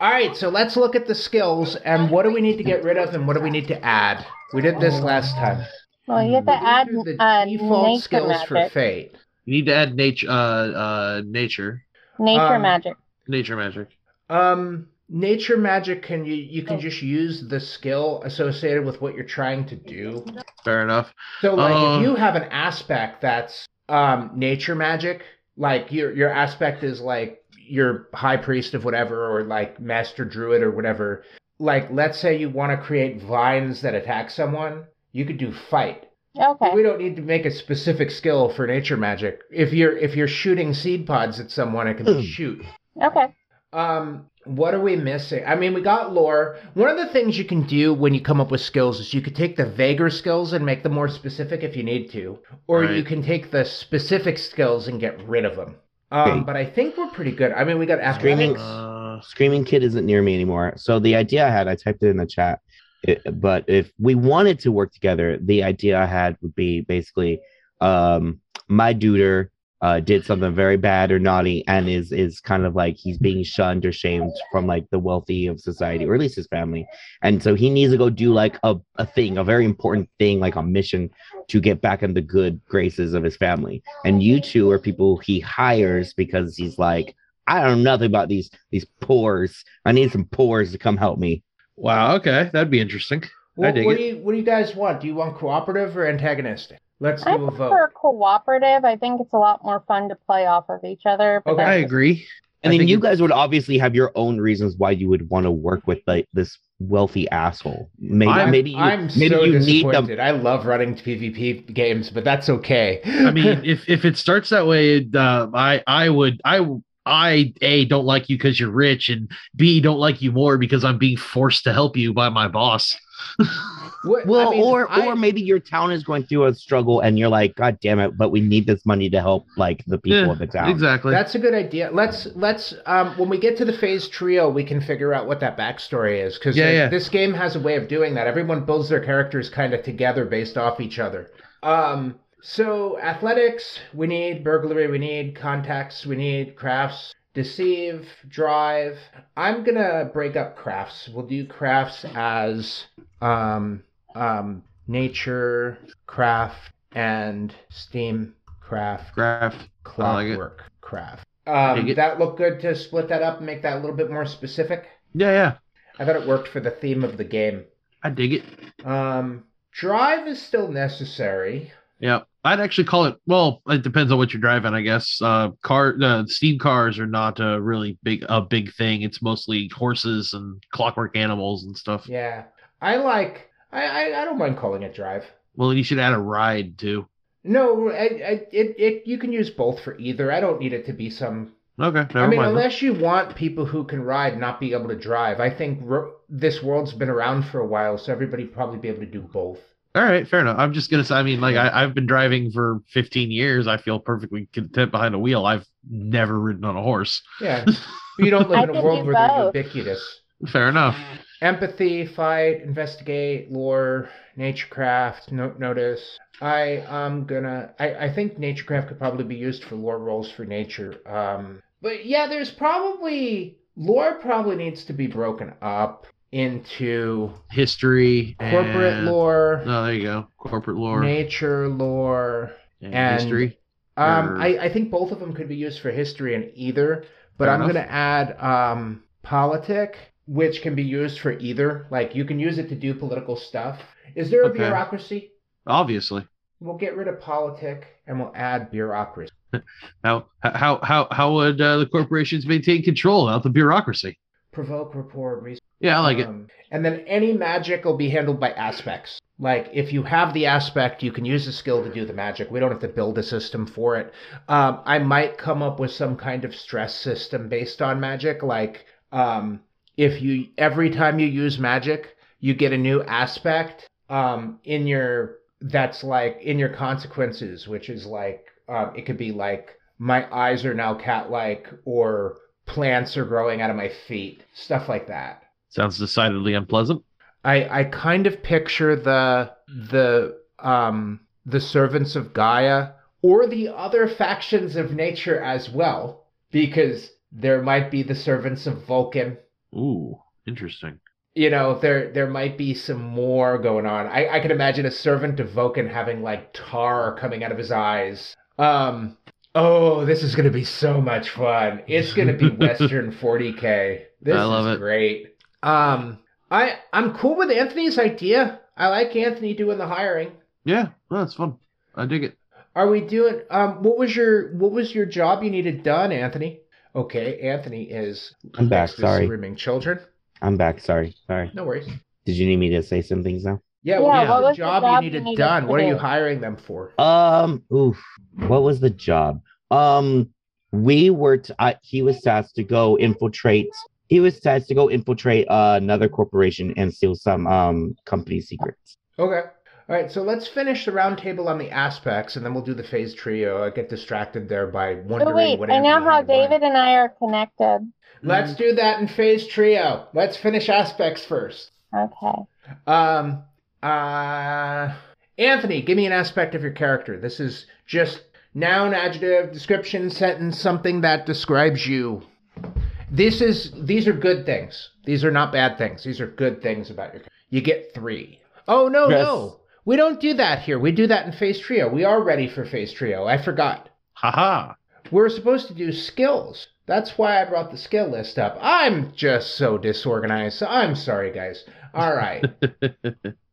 S3: All right, so let's look at the skills and what do we need to get rid of and what do we need to add. We did this last time.
S4: Well, you have to
S3: These
S4: add
S3: are the
S4: uh,
S3: default
S4: nature
S3: skills
S4: magic.
S3: for fate.
S5: You need to add nature, uh, uh, nature,
S4: nature
S3: Um,
S4: magic.
S5: nature magic.
S3: Um, nature magic can you you can just use the skill associated with what you're trying to do.
S5: Fair enough.
S3: So like
S5: Um,
S3: if you have an aspect that's um nature magic, like your your aspect is like your high priest of whatever or like master druid or whatever. Like let's say you want to create vines that attack someone, you could do fight.
S4: Okay.
S3: We don't need to make a specific skill for nature magic. If you're if you're shooting seed pods at someone, it can be shoot.
S4: Okay.
S3: Um, what are we missing? I mean, we got lore. One of the things you can do when you come up with skills is you could take the vaguer skills and make them more specific if you need to, or
S5: Right.
S3: you can take the specific skills and get rid of them. Um,
S6: Okay.
S3: but I think we're pretty good. I mean, we got
S6: Screaming-
S3: athletics.
S5: Uh,
S6: Screaming Kid isn't near me anymore. So the idea I had, I typed it in the chat. It- but if we wanted to work together, the idea I had would be basically, um, my duder uh, did something very bad or naughty, and is is kind of like he's being shunned or shamed from like the wealthy of society, or at least his family, and so he needs to go do like a, a thing, a very important thing, like a mission to get back in the good graces of his family. And you two are people he hires because he's like, I don't know nothing about these these pores. I need some pores to come help me.
S5: wow. Okay, that'd be interesting. I
S3: What,
S5: dig
S3: what
S5: it.
S3: do you What do you guys want? Do you want cooperative or antagonistic? Let's do
S4: I
S3: a
S4: prefer
S3: vote.
S4: cooperative. I think it's a lot more fun to play off of each other. But
S3: Okay.
S5: I
S4: that's just-
S5: agree.
S6: And
S5: I
S6: then
S5: think
S6: you
S5: it-
S6: guys would obviously have your own reasons why you would want to work with like this wealthy asshole. Maybe
S5: I'm-
S6: maybe you,
S3: I'm
S6: maybe
S3: so
S6: you need
S3: disappointed.
S6: them.
S3: I love running PvP games, but that's okay.
S5: I mean, if if it starts that way, it, uh, I I would I I a don't like you because you're rich, and b don't like you more because I'm being forced to help you by my boss.
S3: What- I
S6: Well,
S3: mean,
S6: or
S3: I-
S6: or maybe your town is going through a struggle and you're like, God damn it, but we need this money to help like the people
S5: Yeah,
S6: of the town.
S5: Exactly.
S3: That's a good idea. Let's let's um, when we get to the phase trio, we can figure out what that backstory is because
S5: Yeah, yeah.
S3: this game has a way of doing that. Everyone builds their characters kind of together based off each other. Um, so athletics, we need burglary, we need contacts, we need crafts, deceive, drive. I'm gonna break up crafts. We'll do crafts as um, um, nature craft and steam craft
S5: Craft. Oh, I like it.
S3: clockwork craft.
S5: dig
S3: Um,
S5: it.
S3: that looked good to split that up and make that a little bit more specific.
S5: Yeah, yeah.
S3: I thought it worked for the theme of the game.
S5: I dig it.
S3: Um, drive is still necessary.
S5: Yeah, I'd actually call it. Well, it depends on what you're driving, I guess. Uh, car, uh, steam cars are not a really big a big thing. It's mostly horses and clockwork animals and stuff.
S3: Yeah, I like. I I, I don't mind calling it drive.
S5: Well, you should add a ride too.
S3: No, I, I it it you can use both for either. I don't need it to be some
S5: Okay, never
S3: I mean,
S5: mind.
S3: unless you want people who can ride not be able to drive. I think ro- this world's been around for a while, so everybody probably be able to do both.
S5: All right, fair enough. I'm just gonna say. I mean, like I, I've been driving for 15 years. I feel perfectly content behind the wheel. I've never ridden on a horse.
S3: Yeah, you don't
S4: I
S3: live in
S4: can
S3: a
S4: do
S3: world where they're
S4: both.
S3: ubiquitous.
S5: Fair enough.
S3: empathy, fight, investigate, lore, naturecraft, no- notice. I am gonna. I, I think naturecraft could probably be used for lore roles for nature. Um, but yeah, there's probably lore probably needs to be broken up into
S5: History,
S3: corporate
S5: and-
S3: lore,
S5: No, there you go. Corporate lore
S3: nature lore.
S5: and,
S3: and-
S5: history.
S3: Um,
S5: Or-
S3: I, I think both of them could be used for history and either, but
S5: Fair
S3: I'm
S5: enough.
S3: going to add um, politic, which can be used for either. Like you can use it to do political stuff. Is there a
S5: Okay.
S3: bureaucracy?
S5: Obviously.
S3: We'll get rid of politic and we'll add bureaucracy.
S5: How how how how would uh, the corporations maintain control without the bureaucracy?
S3: Provoke rapport. Reason.
S5: Yeah, I like it.
S3: Um, and then any magic will be handled by aspects. Like if you have the aspect, you can use the skill to do the magic. We don't have to build a system for it. Um, I might come up with some kind of stress system based on magic. Like um, if you every time you use magic, you get a new aspect um, in your that's like in your consequences, which is like um, it could be like my eyes are now cat-like or plants are growing out of my feet, stuff like that.
S5: Sounds decidedly unpleasant.
S3: I I kind of picture the the um the servants of Gaia or the other factions of nature as well because there might be the servants of Vulcan
S5: Ooh, interesting.
S3: you know, there there might be some more going on. I, I can imagine a servant to Vulcan having like tar coming out of his eyes. Um, oh, this is gonna be so much fun. It's gonna be Western 40k. This
S5: I love
S3: is
S5: it.
S3: great. Um, I I'm cool with Anthony's idea. I like Anthony doing the hiring.
S5: Yeah, no, it's fun. I dig it.
S3: Are we doing um what was your what was your job you needed done, Anthony? Okay, Anthony is
S6: I'm back.
S3: next to
S6: Sorry.
S3: screaming children.
S6: I'm back. Sorry. Sorry.
S3: No worries.
S6: Did you need me to say some things now?
S3: Yeah,
S4: Yeah,
S3: what was
S4: what was
S3: the
S4: the
S3: job,
S4: job
S3: you needed,
S4: you needed
S3: done?
S4: to
S3: What are you
S4: do?
S3: hiring them for?
S6: Um, oof. What was the job? Um, we were. T- I, he was tasked to go infiltrate. He was tasked to go infiltrate uh, another corporation and steal some um company secrets.
S3: Okay. All right, so let's finish the roundtable on the aspects, and then we'll do the phase trio. I get distracted there by wondering
S4: Oh wait,
S3: what.
S4: I know
S3: Anthony
S4: how
S3: had won.
S4: David Mm. and I are connected.
S3: Let's do that in phase trio. Let's finish aspects first.
S4: Okay.
S3: Um, uh, Anthony, give me an aspect of your character. This is just noun, adjective, description, sentence, something that describes you. This is these are good things. These are not bad things. These are good things about your. character. You get three. Oh no
S6: Yes.
S3: no, we don't do that here. We do that in phase trio. We are ready for phase trio. I forgot.
S5: Haha.
S3: We're supposed to do skills. That's why I brought the skill list up. I'm just so disorganized. I'm sorry, guys. All right.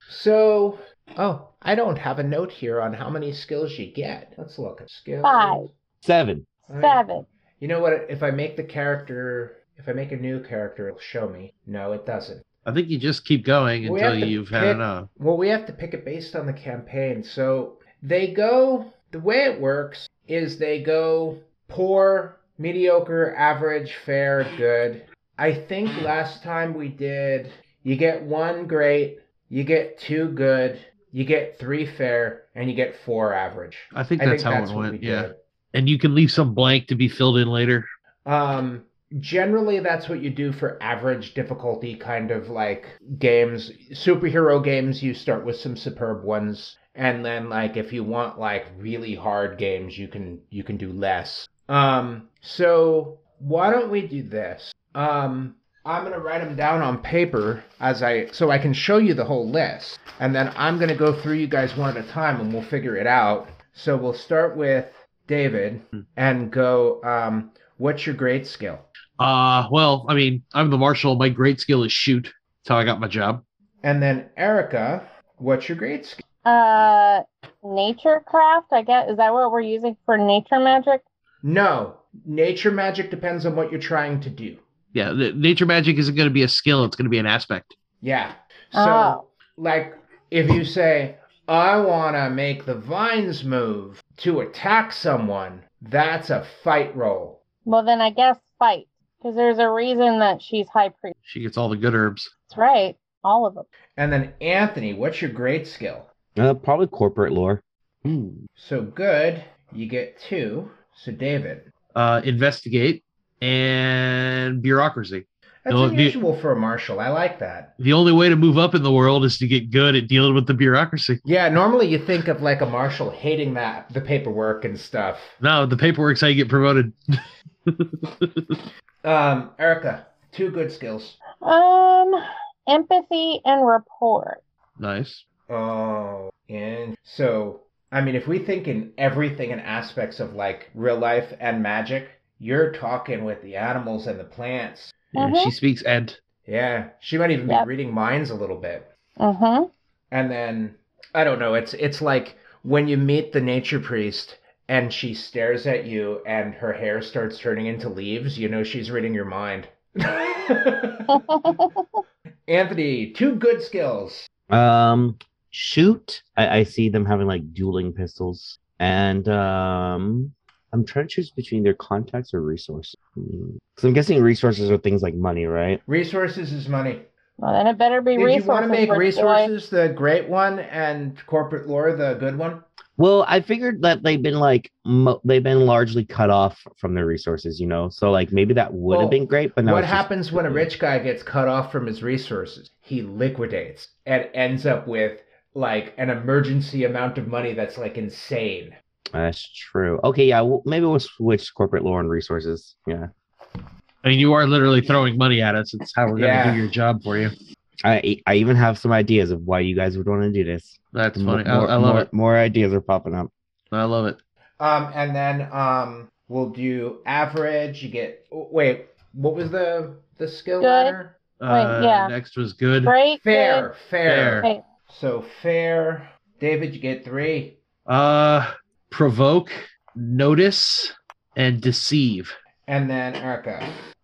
S3: so, oh, I don't have a note here on how many skills you get. Let's look at skills.
S4: Five.
S6: Seven.
S3: Alright.
S4: Seven.
S3: You know what? If I make the character, if I make a new character, it'll show me. No, it doesn't.
S5: I think you just keep going
S3: We
S5: until
S3: have to
S5: you've
S3: pick-
S5: had enough.
S3: Well, we have to pick it based on the campaign. So they go, the way it works is they go poor, mediocre, average, fair, good. I think last time we did, you get one great, you get two good, you get three fair, and you get four average.
S5: I think that's how it
S3: what
S5: went.
S3: we
S5: Yeah.
S3: did.
S5: And you can leave some blank to be filled in later.
S3: Um, generally, that's what you do for average difficulty kind of like games. Superhero games, you start with some superb ones, and then like if you want like really hard games, you can you can do less. Um, so why don't we do this? Um, I'm gonna write them down on paper as I so I can show you the whole list, and then I'm gonna go through you guys one at a time, and we'll figure it out. So we'll start with David and go. Um, What's your grade skill?
S5: Uh well, I mean, I'm the marshal. My great skill is shoot. That's how I got my job.
S3: And then Erica, what's your grade skill?
S4: Uh, nature craft. I guess is that what we're using for nature magic?
S3: No, nature magic depends on what you're trying to do.
S5: Yeah, the, nature magic isn't going to be a skill. It's going to be an aspect.
S3: Yeah. So,
S4: Oh.
S3: like, if you say, I want to make the vines move to attack someone, that's a fight roll.
S4: Well, then I guess fight, because there's a reason that she's high priest.
S5: She gets all the good herbs.
S4: That's right, all of them.
S3: And then Anthony, what's your grade skill?
S6: Uh, probably corporate lore.
S3: So, good, you get two. So, David,
S5: Uh, investigate and bureaucracy.
S3: that's
S5: No, it'd be-
S3: unusual for a marshal. I like that.
S5: The only way to move up in the world is to get good at dealing with the bureaucracy.
S3: Yeah, normally you think of like a marshal hating that the paperwork and stuff.
S5: No, the paperwork's how you get promoted.
S3: Um, Erica, two good skills.
S4: Um, empathy and rapport.
S5: Nice.
S3: Oh, and so I mean, if we think in everything and aspects of like real life and magic, you're talking with the animals and the plants.
S5: Yeah,
S4: Mhm.
S5: She speaks Ed.
S3: Yeah, she might even
S4: Yeah.
S3: be reading minds a little bit.
S4: Mm-hmm.
S3: and then I don't know. It's it's like when you meet the nature priest and she stares at you and her hair starts turning into leaves. You know she's reading your mind. Anthony, two good skills.
S6: Um, shoot. I, I see them having like dueling pistols, and um, I'm trying to choose between their contacts or resources. Because I'm guessing resources are things like money, right?
S3: Resources is money.
S4: Well, then it better be
S3: Did
S4: resources.
S3: you want to make
S4: rich boy.
S3: resources the great one and corporate lore the good one?
S6: Well, I figured that they've been like mo- they've been largely cut off from their resources, you know. So like maybe that would
S3: Well,
S6: have been great, but now
S3: what
S6: it's just-
S3: happens when a rich guy gets cut off from his resources? He liquidates and ends up with like an emergency amount of money that's like insane.
S6: That's true. Okay, yeah, well, maybe we'll switch corporate lore and resources. Yeah.
S5: I mean, you are literally throwing money at us. It's how we're going to
S3: Yeah.
S5: do your job for you.
S6: I I even have some ideas of why you guys would want to do this.
S5: That's
S6: Mo-
S5: funny.
S6: More,
S5: I, I love
S6: more-
S5: it.
S6: More ideas are popping up.
S5: I love it.
S3: Um, and then um, we'll do average. You get wait, what was the the skill
S4: Good.
S3: ladder?
S5: Uh,
S4: yeah.
S5: Next was good.
S4: Great.
S3: Fair,
S5: Fair.
S3: fair.
S4: Right.
S3: So fair. David, you get three.
S5: Uh, provoke, notice, and deceive.
S3: And then Erica.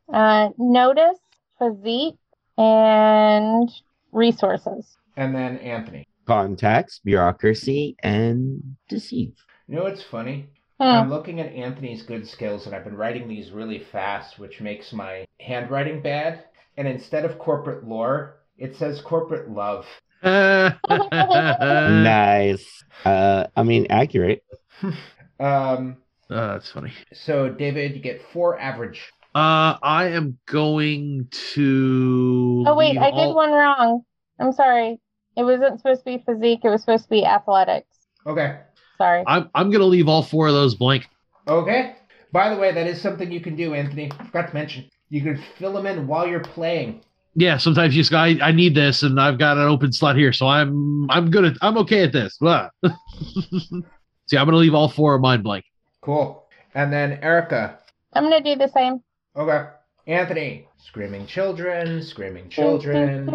S4: Good. Uh, notice, physique, and resources.
S3: And then Anthony.
S6: Contacts, bureaucracy, and deceive.
S3: You know what's funny?
S4: Hmm.
S6: Um,
S3: I'm looking at Anthony's good skills and I've been writing these really fast, which makes my handwriting bad. And instead of corporate lore, it says corporate love.
S5: Uh,
S6: nice. Uh, I mean, accurate.
S3: Um,
S5: that's funny.
S3: so David, you get four average.
S5: Uh, I am going to.
S4: Oh wait,
S5: leave
S4: I did
S5: all-
S4: one wrong. I'm sorry. It wasn't supposed to be physique. It was supposed to be athletics.
S3: Okay.
S4: Sorry.
S5: I'm I'm gonna leave all four of those blank.
S3: Okay. By the way, that is something you can do, Anthony. Forgot to mention. You can fill them in while you're playing.
S5: Yeah, sometimes you just go, I, I need this, and I've got an open slot here, so I'm I'm good at I'm okay at this. Blah. See, I'm gonna leave all four of mine blank.
S3: Cool. And then Erica.
S4: I'm gonna do the same.
S3: Okay. Anthony. Screaming children, screaming children.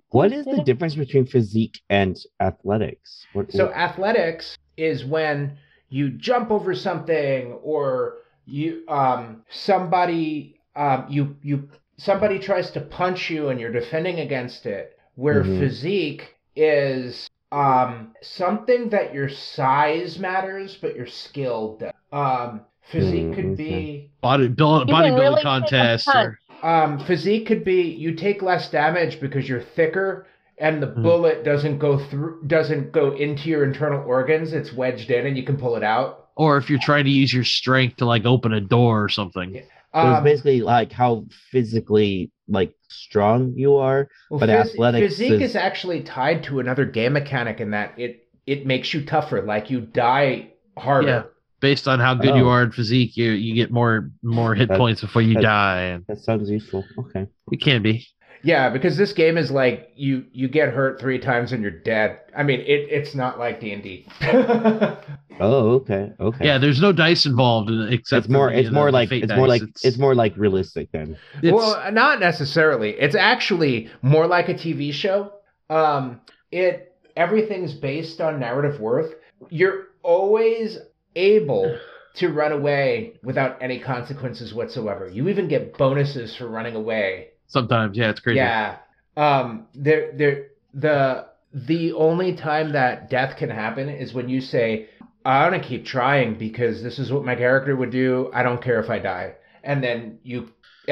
S6: What is the difference between physique and athletics? What,
S3: So athletics is when you jump over something or you um somebody um you you somebody tries to punch you and you're defending against it. Where
S6: Mhm.
S3: physique is um something that your size matters but your skill does. Um physique
S6: Mm,
S3: could
S6: okay.
S3: be
S5: Body build,
S4: You can
S5: bodybuilding
S4: really take a
S5: contest. Or,
S3: um physique could be you take less damage because you're thicker and the
S5: Hmm.
S3: bullet doesn't go through doesn't go into your internal organs it's wedged in and you can pull it out
S5: or if you're trying to use your strength to like open a door or something.
S6: So it's
S3: um,
S6: basically like how physically like strong you are.
S3: well,
S6: but athletics
S3: physique is...
S6: is-
S3: actually tied to another game mechanic in that it it makes you tougher like you die harder
S5: Yeah. Based on how good you
S6: Oh.
S5: are in physique, you you get more more hit
S6: That-
S5: points before you
S6: that-
S5: die, and
S6: That sounds useful. Okay.
S5: it can be.
S3: Yeah, because this game is like you you get hurt three times and you're dead i mean it it's not like d&d
S6: Oh, okay. Okay.
S5: Yeah, there's no dice involved, in, except
S6: it's more.
S5: for the- uh,
S6: It's
S5: the-
S6: more
S5: the
S6: like.
S5: fate
S6: It's more
S5: dice.
S6: like. It's, more like realistic then.
S5: it's-
S3: well, not necessarily. It's actually more like a TV show. Um, it everything's based on narrative worth. You're always able to run away without any consequences whatsoever. You even get bonuses for running away.
S5: sometimes. Yeah, it's crazy.
S3: Yeah. Um. There. There. The the only time that death can happen is when you say, "I want to keep trying because this is what my character would do. I don't care if I die." And then you,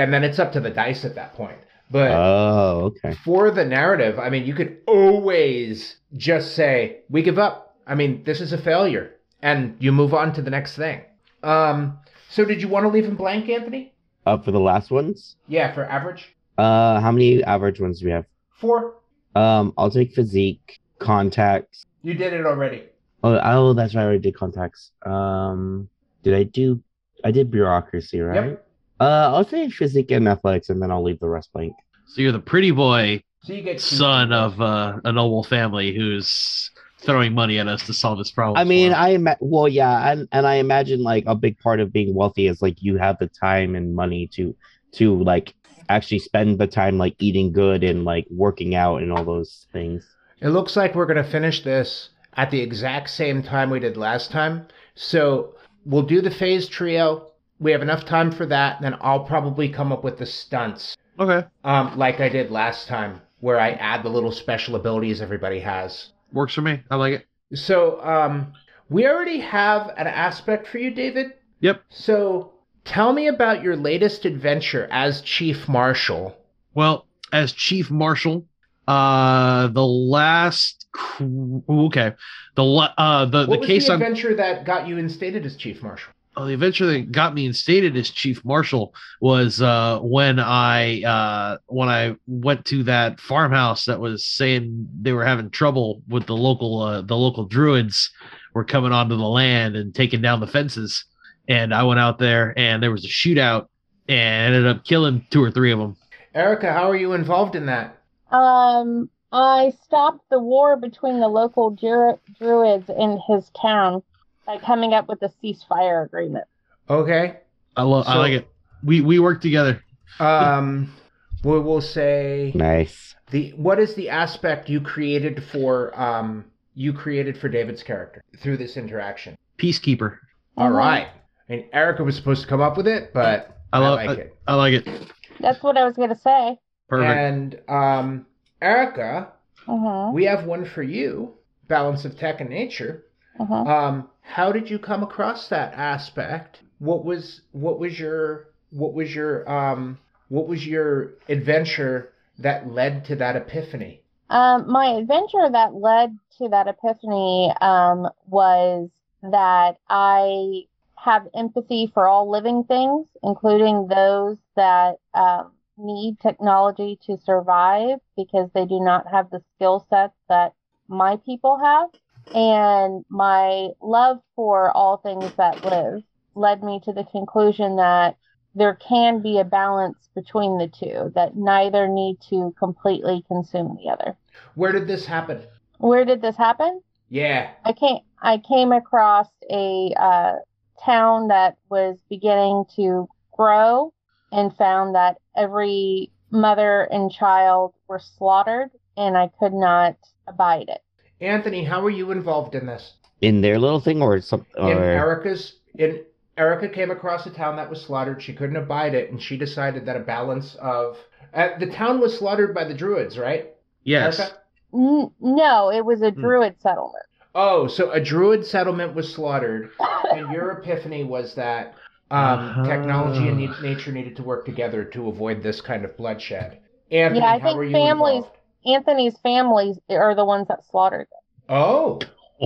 S3: and then it's up to the dice at that point. But
S6: Oh, okay.
S3: for the narrative, I mean, you could always just say, "We give up." I mean, this is a failure, and you move on to the next thing. Um. So, did you want to leave him blank, Anthony?
S6: Up for the last ones.
S3: Yeah, for average
S6: Uh, how many average ones do we have?
S3: four.
S6: Um, I'll take physique, contacts.
S3: You did it already.
S6: Oh, oh, that's right. I already did contacts. Um, did I do? I did bureaucracy, right?
S3: Yep.
S6: Uh, I'll say physique and athletics, and then I'll leave the rest blank.
S5: So you're the pretty boy
S3: So you get two
S5: son
S3: people.
S5: of uh, a noble family who's throwing money at us to solve this problem.
S6: I
S5: for
S6: mean,
S5: him.
S6: I ima- well, yeah, and and I imagine like a big part of being wealthy is like you have the time and money to to like actually spend the time like eating good and like working out and all those things.
S3: It looks like we're going to finish this at the exact same time we did last time. So we'll do the phase trio. We have enough time for that. Then I'll probably come up with the stunts
S5: okay,
S3: um, like I did last time, where I add the little special abilities everybody has.
S5: works for me. I like it.
S3: So um, we already have an aspect for you, David.
S5: Yep.
S3: So tell me about your latest adventure as Chief Marshal.
S5: Well, as chief marshal, uh, the last cr- ooh, okay, the la- uh the
S3: What
S5: the
S3: was
S5: case
S3: the
S5: on
S3: adventure that got you instated as Chief Marshal?
S5: oh, the adventure that got me instated as chief marshal was uh when I uh when I went to that farmhouse that was saying they were having trouble with the local uh, the local druids were coming onto the land and taking down the fences and I went out there and there was a shootout and I ended up killing two or three of them.
S3: Erica, how are you involved in that?
S4: Um, I stopped the war between the local dru- druids in his town by coming up with a ceasefire agreement.
S3: Okay.
S5: I love. I
S3: So-
S5: like it. We we work together.
S3: Um, we will say
S6: Nice.
S3: the what is the aspect you created for um you created for David's character through this interaction.
S5: Peacekeeper.
S3: All
S4: Mhm.
S3: right. I mean, Erica was supposed to come up with it, but I,
S5: I love.
S3: like
S5: I,
S3: it.
S5: I like it.
S4: That's what I was gonna say.
S5: Perfect.
S3: And um, Erica,
S4: Uh-huh.
S3: we have one for you. Balance of tech and nature.
S4: Uh-huh.
S3: Um, how did you come across that aspect? What was what was your what was your um what was your adventure that led to that epiphany?
S4: Um, my adventure that led to that epiphany um, was that I have empathy for all living things, including those that um, need technology to survive because they do not have the skill sets that my people have. And my love for all things that live led me to the conclusion that there can be a balance between the two, that neither need to completely consume the other.
S3: Where did this happen?
S4: Where did this happen?
S3: Yeah.
S4: I came I came across a uh, town that was beginning to grow and found that every mother and child were slaughtered and I could not abide it.
S3: Anthony, how were you involved in this?
S6: In their little thing or something?
S3: In
S6: Or...
S3: Erica's in Erica came across a town that was slaughtered. She couldn't abide it, and she decided that a balance of uh, the town was slaughtered by the druids, right?
S5: Yes.
S3: Erica?
S4: N- no, it was a
S5: Hmm.
S4: druid settlement.
S3: Oh, so a druid settlement was slaughtered, and your epiphany was that um,
S5: Uh-huh.
S3: technology and ne- nature needed to work together to avoid this kind of bloodshed. Anthony,
S4: Yeah, I
S3: how
S4: think
S3: were you
S4: families-
S3: involved?
S4: Anthony's families are the ones that slaughtered them.
S3: Oh,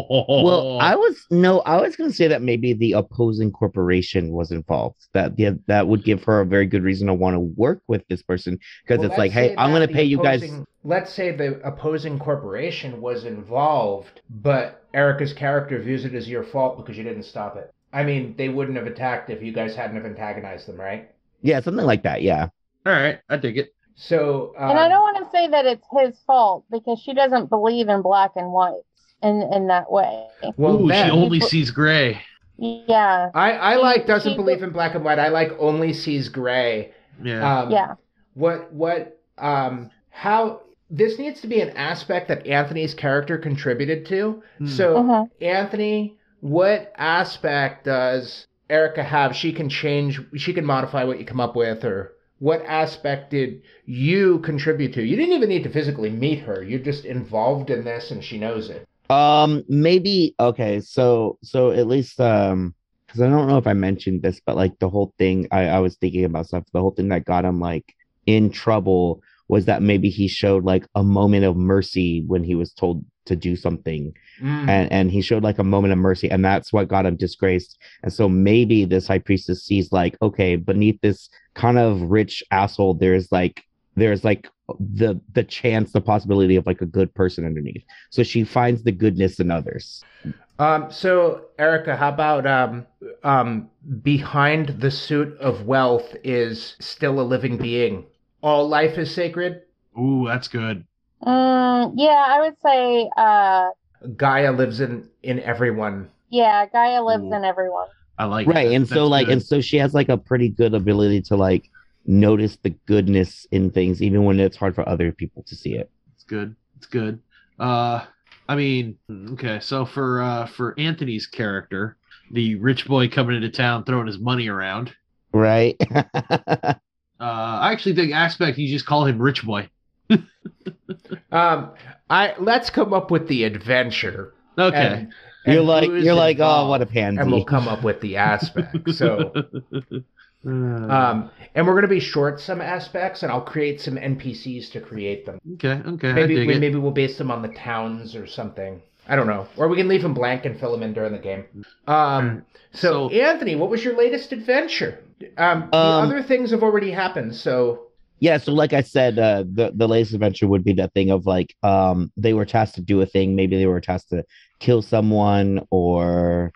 S6: Well, I was no, I was going to say that maybe the opposing corporation was involved. That yeah, that would give her a very good reason to want to work with this person because
S3: Well,
S6: it's
S3: let's
S6: like,
S3: say
S6: hey, I'm
S3: that
S6: going to
S3: the
S6: pay you guys
S3: opposing- Let's say the opposing corporation was involved, but Erica's character views it as your fault because you didn't stop it. I mean, they wouldn't have attacked if you guys hadn't have antagonized them, right?
S6: Yeah, something like that. Yeah.
S5: All right. I dig it.
S3: So, um,
S4: and I don't want to say that it's his fault because she doesn't believe in black and white in in that way.
S3: Well,
S5: Ooh,
S3: then-
S5: she only sees gray.
S4: Yeah.
S3: I, I like doesn't
S4: She-
S3: believe in black and white. I like only sees gray.
S5: Yeah.
S6: Uh,
S3: Um,
S4: Yeah.
S3: What what um how this needs to be an aspect that Anthony's character contributed to.
S5: Hmm.
S3: So
S4: Uh-huh.
S3: Anthony, what aspect does Erica have? She can change, she can modify what you come up with, or what aspect did you contribute to? You didn't even need to physically meet her. You're just involved in this and she knows it.
S6: Um maybe okay, so so at least um cuz I don't know if I mentioned this but like the whole thing I I was thinking about stuff the whole thing that got him like in trouble was that maybe he showed like a moment of mercy when he was told to do something
S5: Hmm.
S3: Mm.
S6: and and he showed like a moment of mercy and that's what got him disgraced and so maybe this high priestess sees like okay beneath this kind of rich asshole there's like there's like the the chance the possibility of like a good person underneath so she finds the goodness in others
S3: Um, so Erica, how about um, um, behind the suit of wealth is still a living being? All life is sacred.
S5: Ooh, that's good.
S4: Mm, yeah, I would say, uh,
S3: Gaia lives in in everyone.
S4: yeah, Gaia lives
S5: Ooh.
S4: in everyone.
S5: I like it.
S6: right and so
S5: That's
S6: like
S5: good.
S6: and so she has like a pretty good ability to like notice the goodness in things even when it's hard for other people to see it
S5: It's good. It's good. Uh, I mean, okay. So for uh for Anthony's character, the rich boy coming into town throwing his money around.
S6: right
S5: Uh, I actually think aspect you just call him rich boy.
S3: Um, I let's come up with the adventure.
S5: Okay.
S3: and- and
S6: you're like
S3: who's
S6: you're like oh
S3: involved,
S6: what a pansy
S3: and we'll come up with the aspect. So,
S5: Uh,
S6: uh,
S3: um, and we're gonna be short some aspects, and I'll create some NPCs to create them.
S5: okay. Okay. I
S3: Maybe
S5: dig
S3: we,
S5: it.
S3: maybe we'll base them on the towns or something. I don't know, or we can leave them blank and fill them in during the game. Um,
S5: So-
S3: so, Anthony, what was your latest adventure? Um, the
S6: Um,
S3: other things have already happened, so
S6: yeah so like i said uh the, the latest adventure would be that thing of like um they were tasked to do a thing maybe they were tasked to kill someone or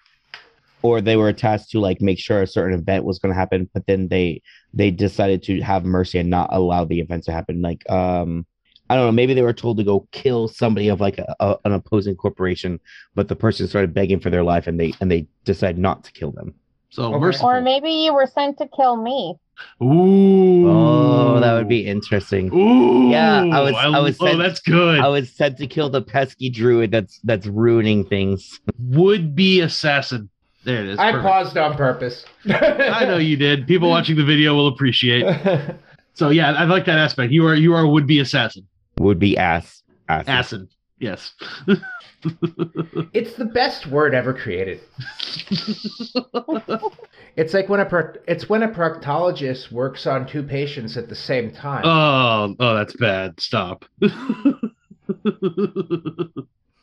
S6: or they were tasked to like make sure a certain event was going to happen but then they they decided to have mercy and not allow the event to happen like um I don't know. Maybe they were told to go kill somebody of like a, a, an opposing corporation, but the person started begging for their life, and they and they decided not to kill them.
S5: So
S3: Okay.
S5: merciful.
S4: Or maybe you were sent to kill me.
S5: Ooh.
S6: Oh, that would be interesting.
S5: Ooh.
S6: Yeah, I was- I was
S5: Oh,
S6: sent-
S5: that's good.
S6: I was said to kill the pesky druid. That's that's ruining things.
S5: would be assassin. There it is.
S3: I
S5: Perfect.
S3: paused on purpose.
S5: I know you did. People watching the video will appreciate.
S3: know.
S5: So yeah, I like that aspect. You are you are a would be assassin.
S6: Would be ass. Ass.
S5: Assassin. Yes.
S3: It's the best word ever created. it's like when a pro- it's when a proctologist works on two patients at the same time.
S5: Oh, oh, that's bad. Stop. uh,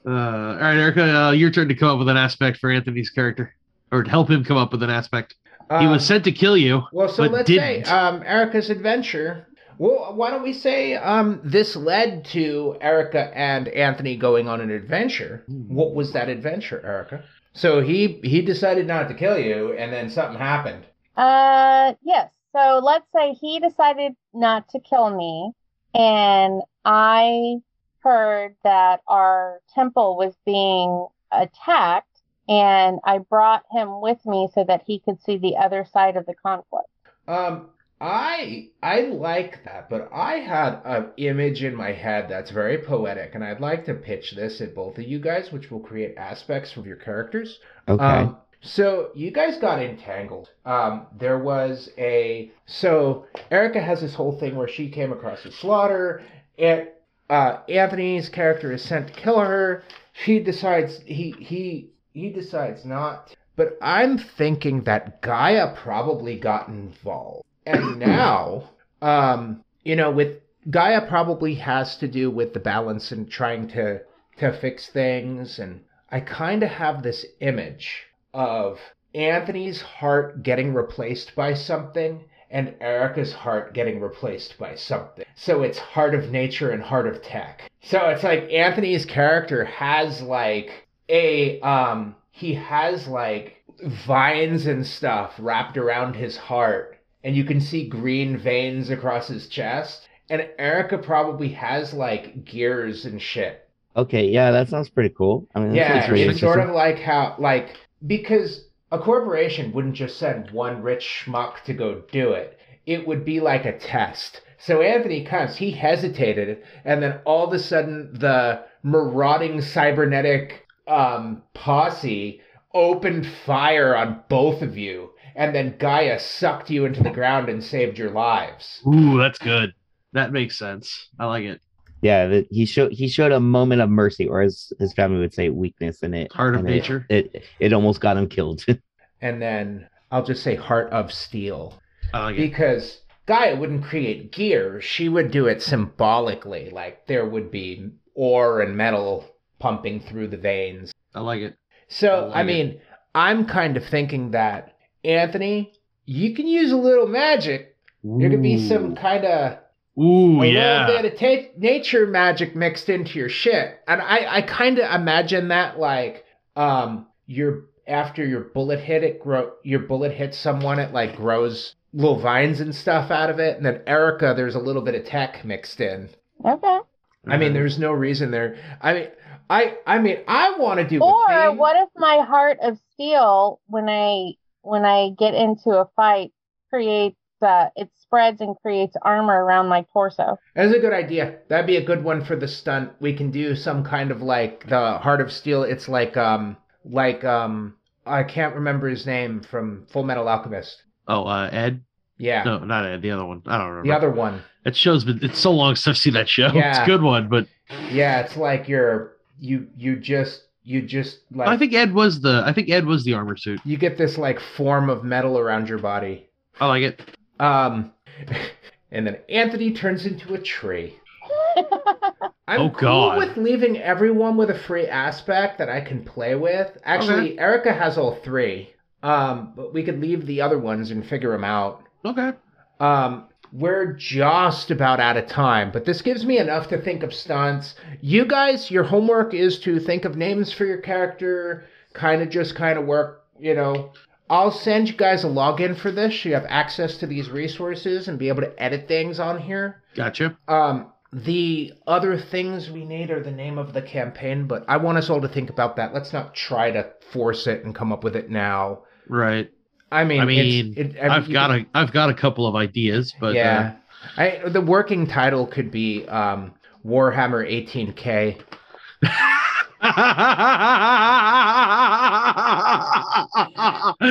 S5: all right, Erica, uh, your turn to come up with an aspect for Anthony's character, or to help him come up with an aspect. Oh, he
S3: Um,
S5: was sent to kill you.
S3: Well, so
S5: but
S3: let's say
S5: didn't.
S3: um, Erica's adventure. Well, why don't we say um, this led to Erica and Anthony going on an adventure?
S5: Hmm.
S3: What was that adventure, Erica? So he he decided not to kill you, and then something happened.
S4: Uh, yes. So let's say he decided not to kill me, and I heard that our temple was being attacked, and I brought him with me so that he could see the other side of the conflict.
S3: Um, I I like that, but I had an image in my head that's very poetic, and I'd like to pitch this at both of you guys, which will create aspects from your characters.
S6: Okay.
S3: Um, so you guys got entangled. Um, there was a so Erica has this whole thing where she came across a slaughter, and uh, Anthony's character is sent to kill her. She decides he he he decides not. But I'm thinking that Gaia probably got involved, and now um, you know with Gaia probably has to do with the balance and trying to to fix things and I kind of have this image of Anthony's heart getting replaced by something and Erica's heart getting replaced by something. So it's heart of nature and heart of tech. So it's like Anthony's character has like a um he has like vines and stuff wrapped around his heart and you can see green veins across his chest and Erica probably has like gears and shit
S6: okay. Yeah, that sounds pretty cool. I mean, that sounds
S3: yeah,
S6: pretty
S3: it's sort
S6: interesting.
S3: of like how, like, because a corporation wouldn't just send one rich schmuck to go do it. It would be like a test. So Anthony comes, he hesitated, and then all of a sudden the marauding cybernetic um, posse opened fire on both of you, and then Gaia sucked you into the ground and saved your lives.
S5: Ooh, that's good. That makes sense. I like it.
S6: yeah that he showed he showed a moment of mercy or as his family would say weakness in it
S5: Heart of
S6: and it-
S5: nature.
S6: it, it almost got him killed
S3: And then I'll just say heart of steel.
S5: I like it.
S3: because Gaia wouldn't create gear. She would do it symbolically, like there would be ore and metal pumping through the veins.
S5: I like it. I
S3: So,
S5: like
S3: I
S5: it.
S3: mean, I'm kind of thinking that, Anthony, you can use a little magic. There could be some kind of
S5: Ooh,
S3: a
S5: yeah.
S3: little bit of ta- nature magic mixed into your shit. And I, I kind of imagine that like um your after your bullet hit it grow your bullet hits someone it like grows little vines and stuff out of it and then Erica there's a little bit of tech mixed in.
S4: Okay.
S3: I
S5: Mm-hmm.
S3: mean there's no reason there. I mean I I mean I want to do the
S4: Or
S3: thing.
S4: what if my heart of steel, when I when I get into a fight, creates uh, it spreads and creates armor around my torso.
S3: That's a good idea. That'd be a good one for the stunt. We can do some kind of like the Heart of Steel. It's like um like um I can't remember his name from Full Metal Alchemist.
S5: Oh, uh, Ed?
S3: Yeah.
S5: No, not Ed. The other one. I don't remember.
S3: The other one.
S5: That show's been. It's so long since I've seen that show. It's
S3: Yeah.
S5: a good one, but
S3: Yeah, it's like you're you you just you just like
S5: I think Ed was the. I think Ed was the armor suit.
S3: you get this like form of metal around your body.
S5: I like it.
S3: Um and then Anthony turns into a tree. I'm
S5: Oh,
S3: cool
S5: God.
S3: with leaving everyone with a free aspect that I can play with. Actually, Erica has all three. Um, but we could leave the other ones and figure them out.
S5: Okay.
S3: Um, we're just about out of time, but this gives me enough to think of stunts. You guys, your homework is to think of names for your character, kind of just kind of work, you know. I'll send you guys a login for this. You have access to these resources and be able to edit things on here.
S5: Gotcha.
S3: Um, The other things we need are the name of the campaign, but I want us all to think about that. Let's not try to force it and come up with it now.
S5: Right.
S3: I mean,
S5: I
S3: it's-
S5: mean,
S3: it- I mean,
S5: I've
S3: you
S5: got
S3: can-
S5: a I've got a couple of ideas, but uh,
S3: yeah. I, the working title could be um, Warhammer 18K.
S5: uh,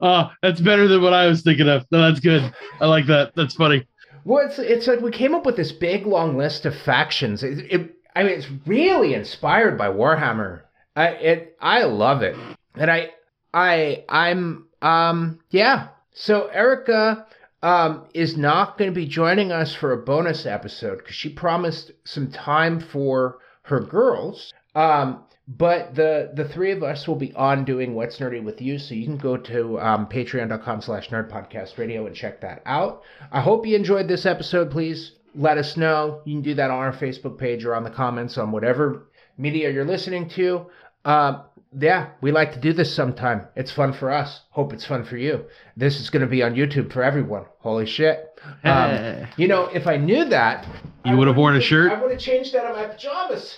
S5: oh, that's better than what I was thinking of. No, that's good. I like that. That's funny.
S3: Well, it's, it's like we came up with this big long list of factions. It, it, I mean, it's really inspired by Warhammer. I it I love it, and I I I'm um yeah. So Erica um is not going to be joining us for a bonus episode because she promised some time for her girls. Um, but the the three of us will be on doing what's nerdy with you. So you can go to um, patreon.com slash nerd podcast radio and check that out. I hope you enjoyed this episode. Please let us know. You can do that on our Facebook page or on the comments on whatever media you're listening to. Uh, yeah, we like to do this sometime. It's fun for us. Hope it's fun for you. This is going to be on YouTube for everyone. Holy shit. Um, you know, if I knew that,
S5: You would have worn a shirt.
S3: I would have changed that on my pajamas.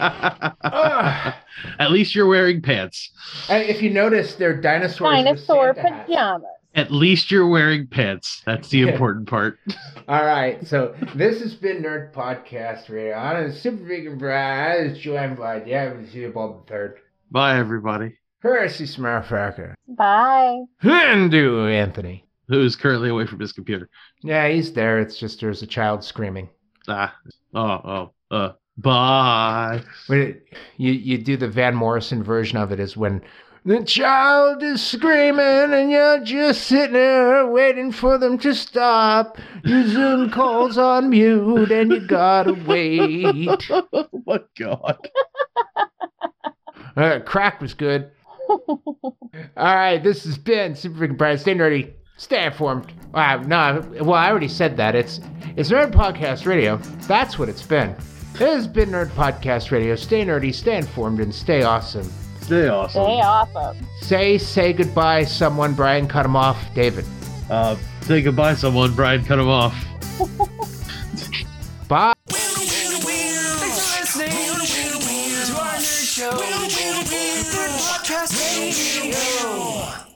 S3: Ugh.
S5: At least you're wearing pants.
S3: And if you notice, they're dinosaurs. with
S4: Dinosaur
S3: Santa hats.
S4: pajamas.
S5: At least you're wearing pants. That's the
S3: Yeah.
S5: important part.
S3: All right, so this has been Nerd Podcast Radio. I'm Super Vegan Brad. I was joined by Devin Bob the Third,
S5: Bye, everybody.
S3: Hersey Smartfucker,
S4: Bye.
S3: Hindu Anthony.
S5: Who is currently away from his computer?
S3: Yeah, he's there. It's just there's a child screaming.
S5: Ah. Oh. Oh. Uh. Bye.
S3: When it, you you do the Van Morrison version of it is when the child is screaming and you're just sitting there waiting for them to stop. Your Zoom calls on mute and you gotta wait.
S5: oh my god.
S3: Uh, crack was good. All right, this has been Super Freaking Brian. Stay nerdy. Stay informed. Wow, no, well, I already said that. It's it's Nerd Podcast Radio. That's what it's been. This has been Nerd Podcast Radio. Stay nerdy, stay informed, and stay awesome.
S5: Stay awesome.
S4: Stay awesome.
S3: Say, say goodbye, someone. Brian, cut him off. David.
S5: Uh, say goodbye, someone. Brian, cut him off.
S3: Bye.
S2: Thanks for listening to our nerd show. Nerd Podcast Radio.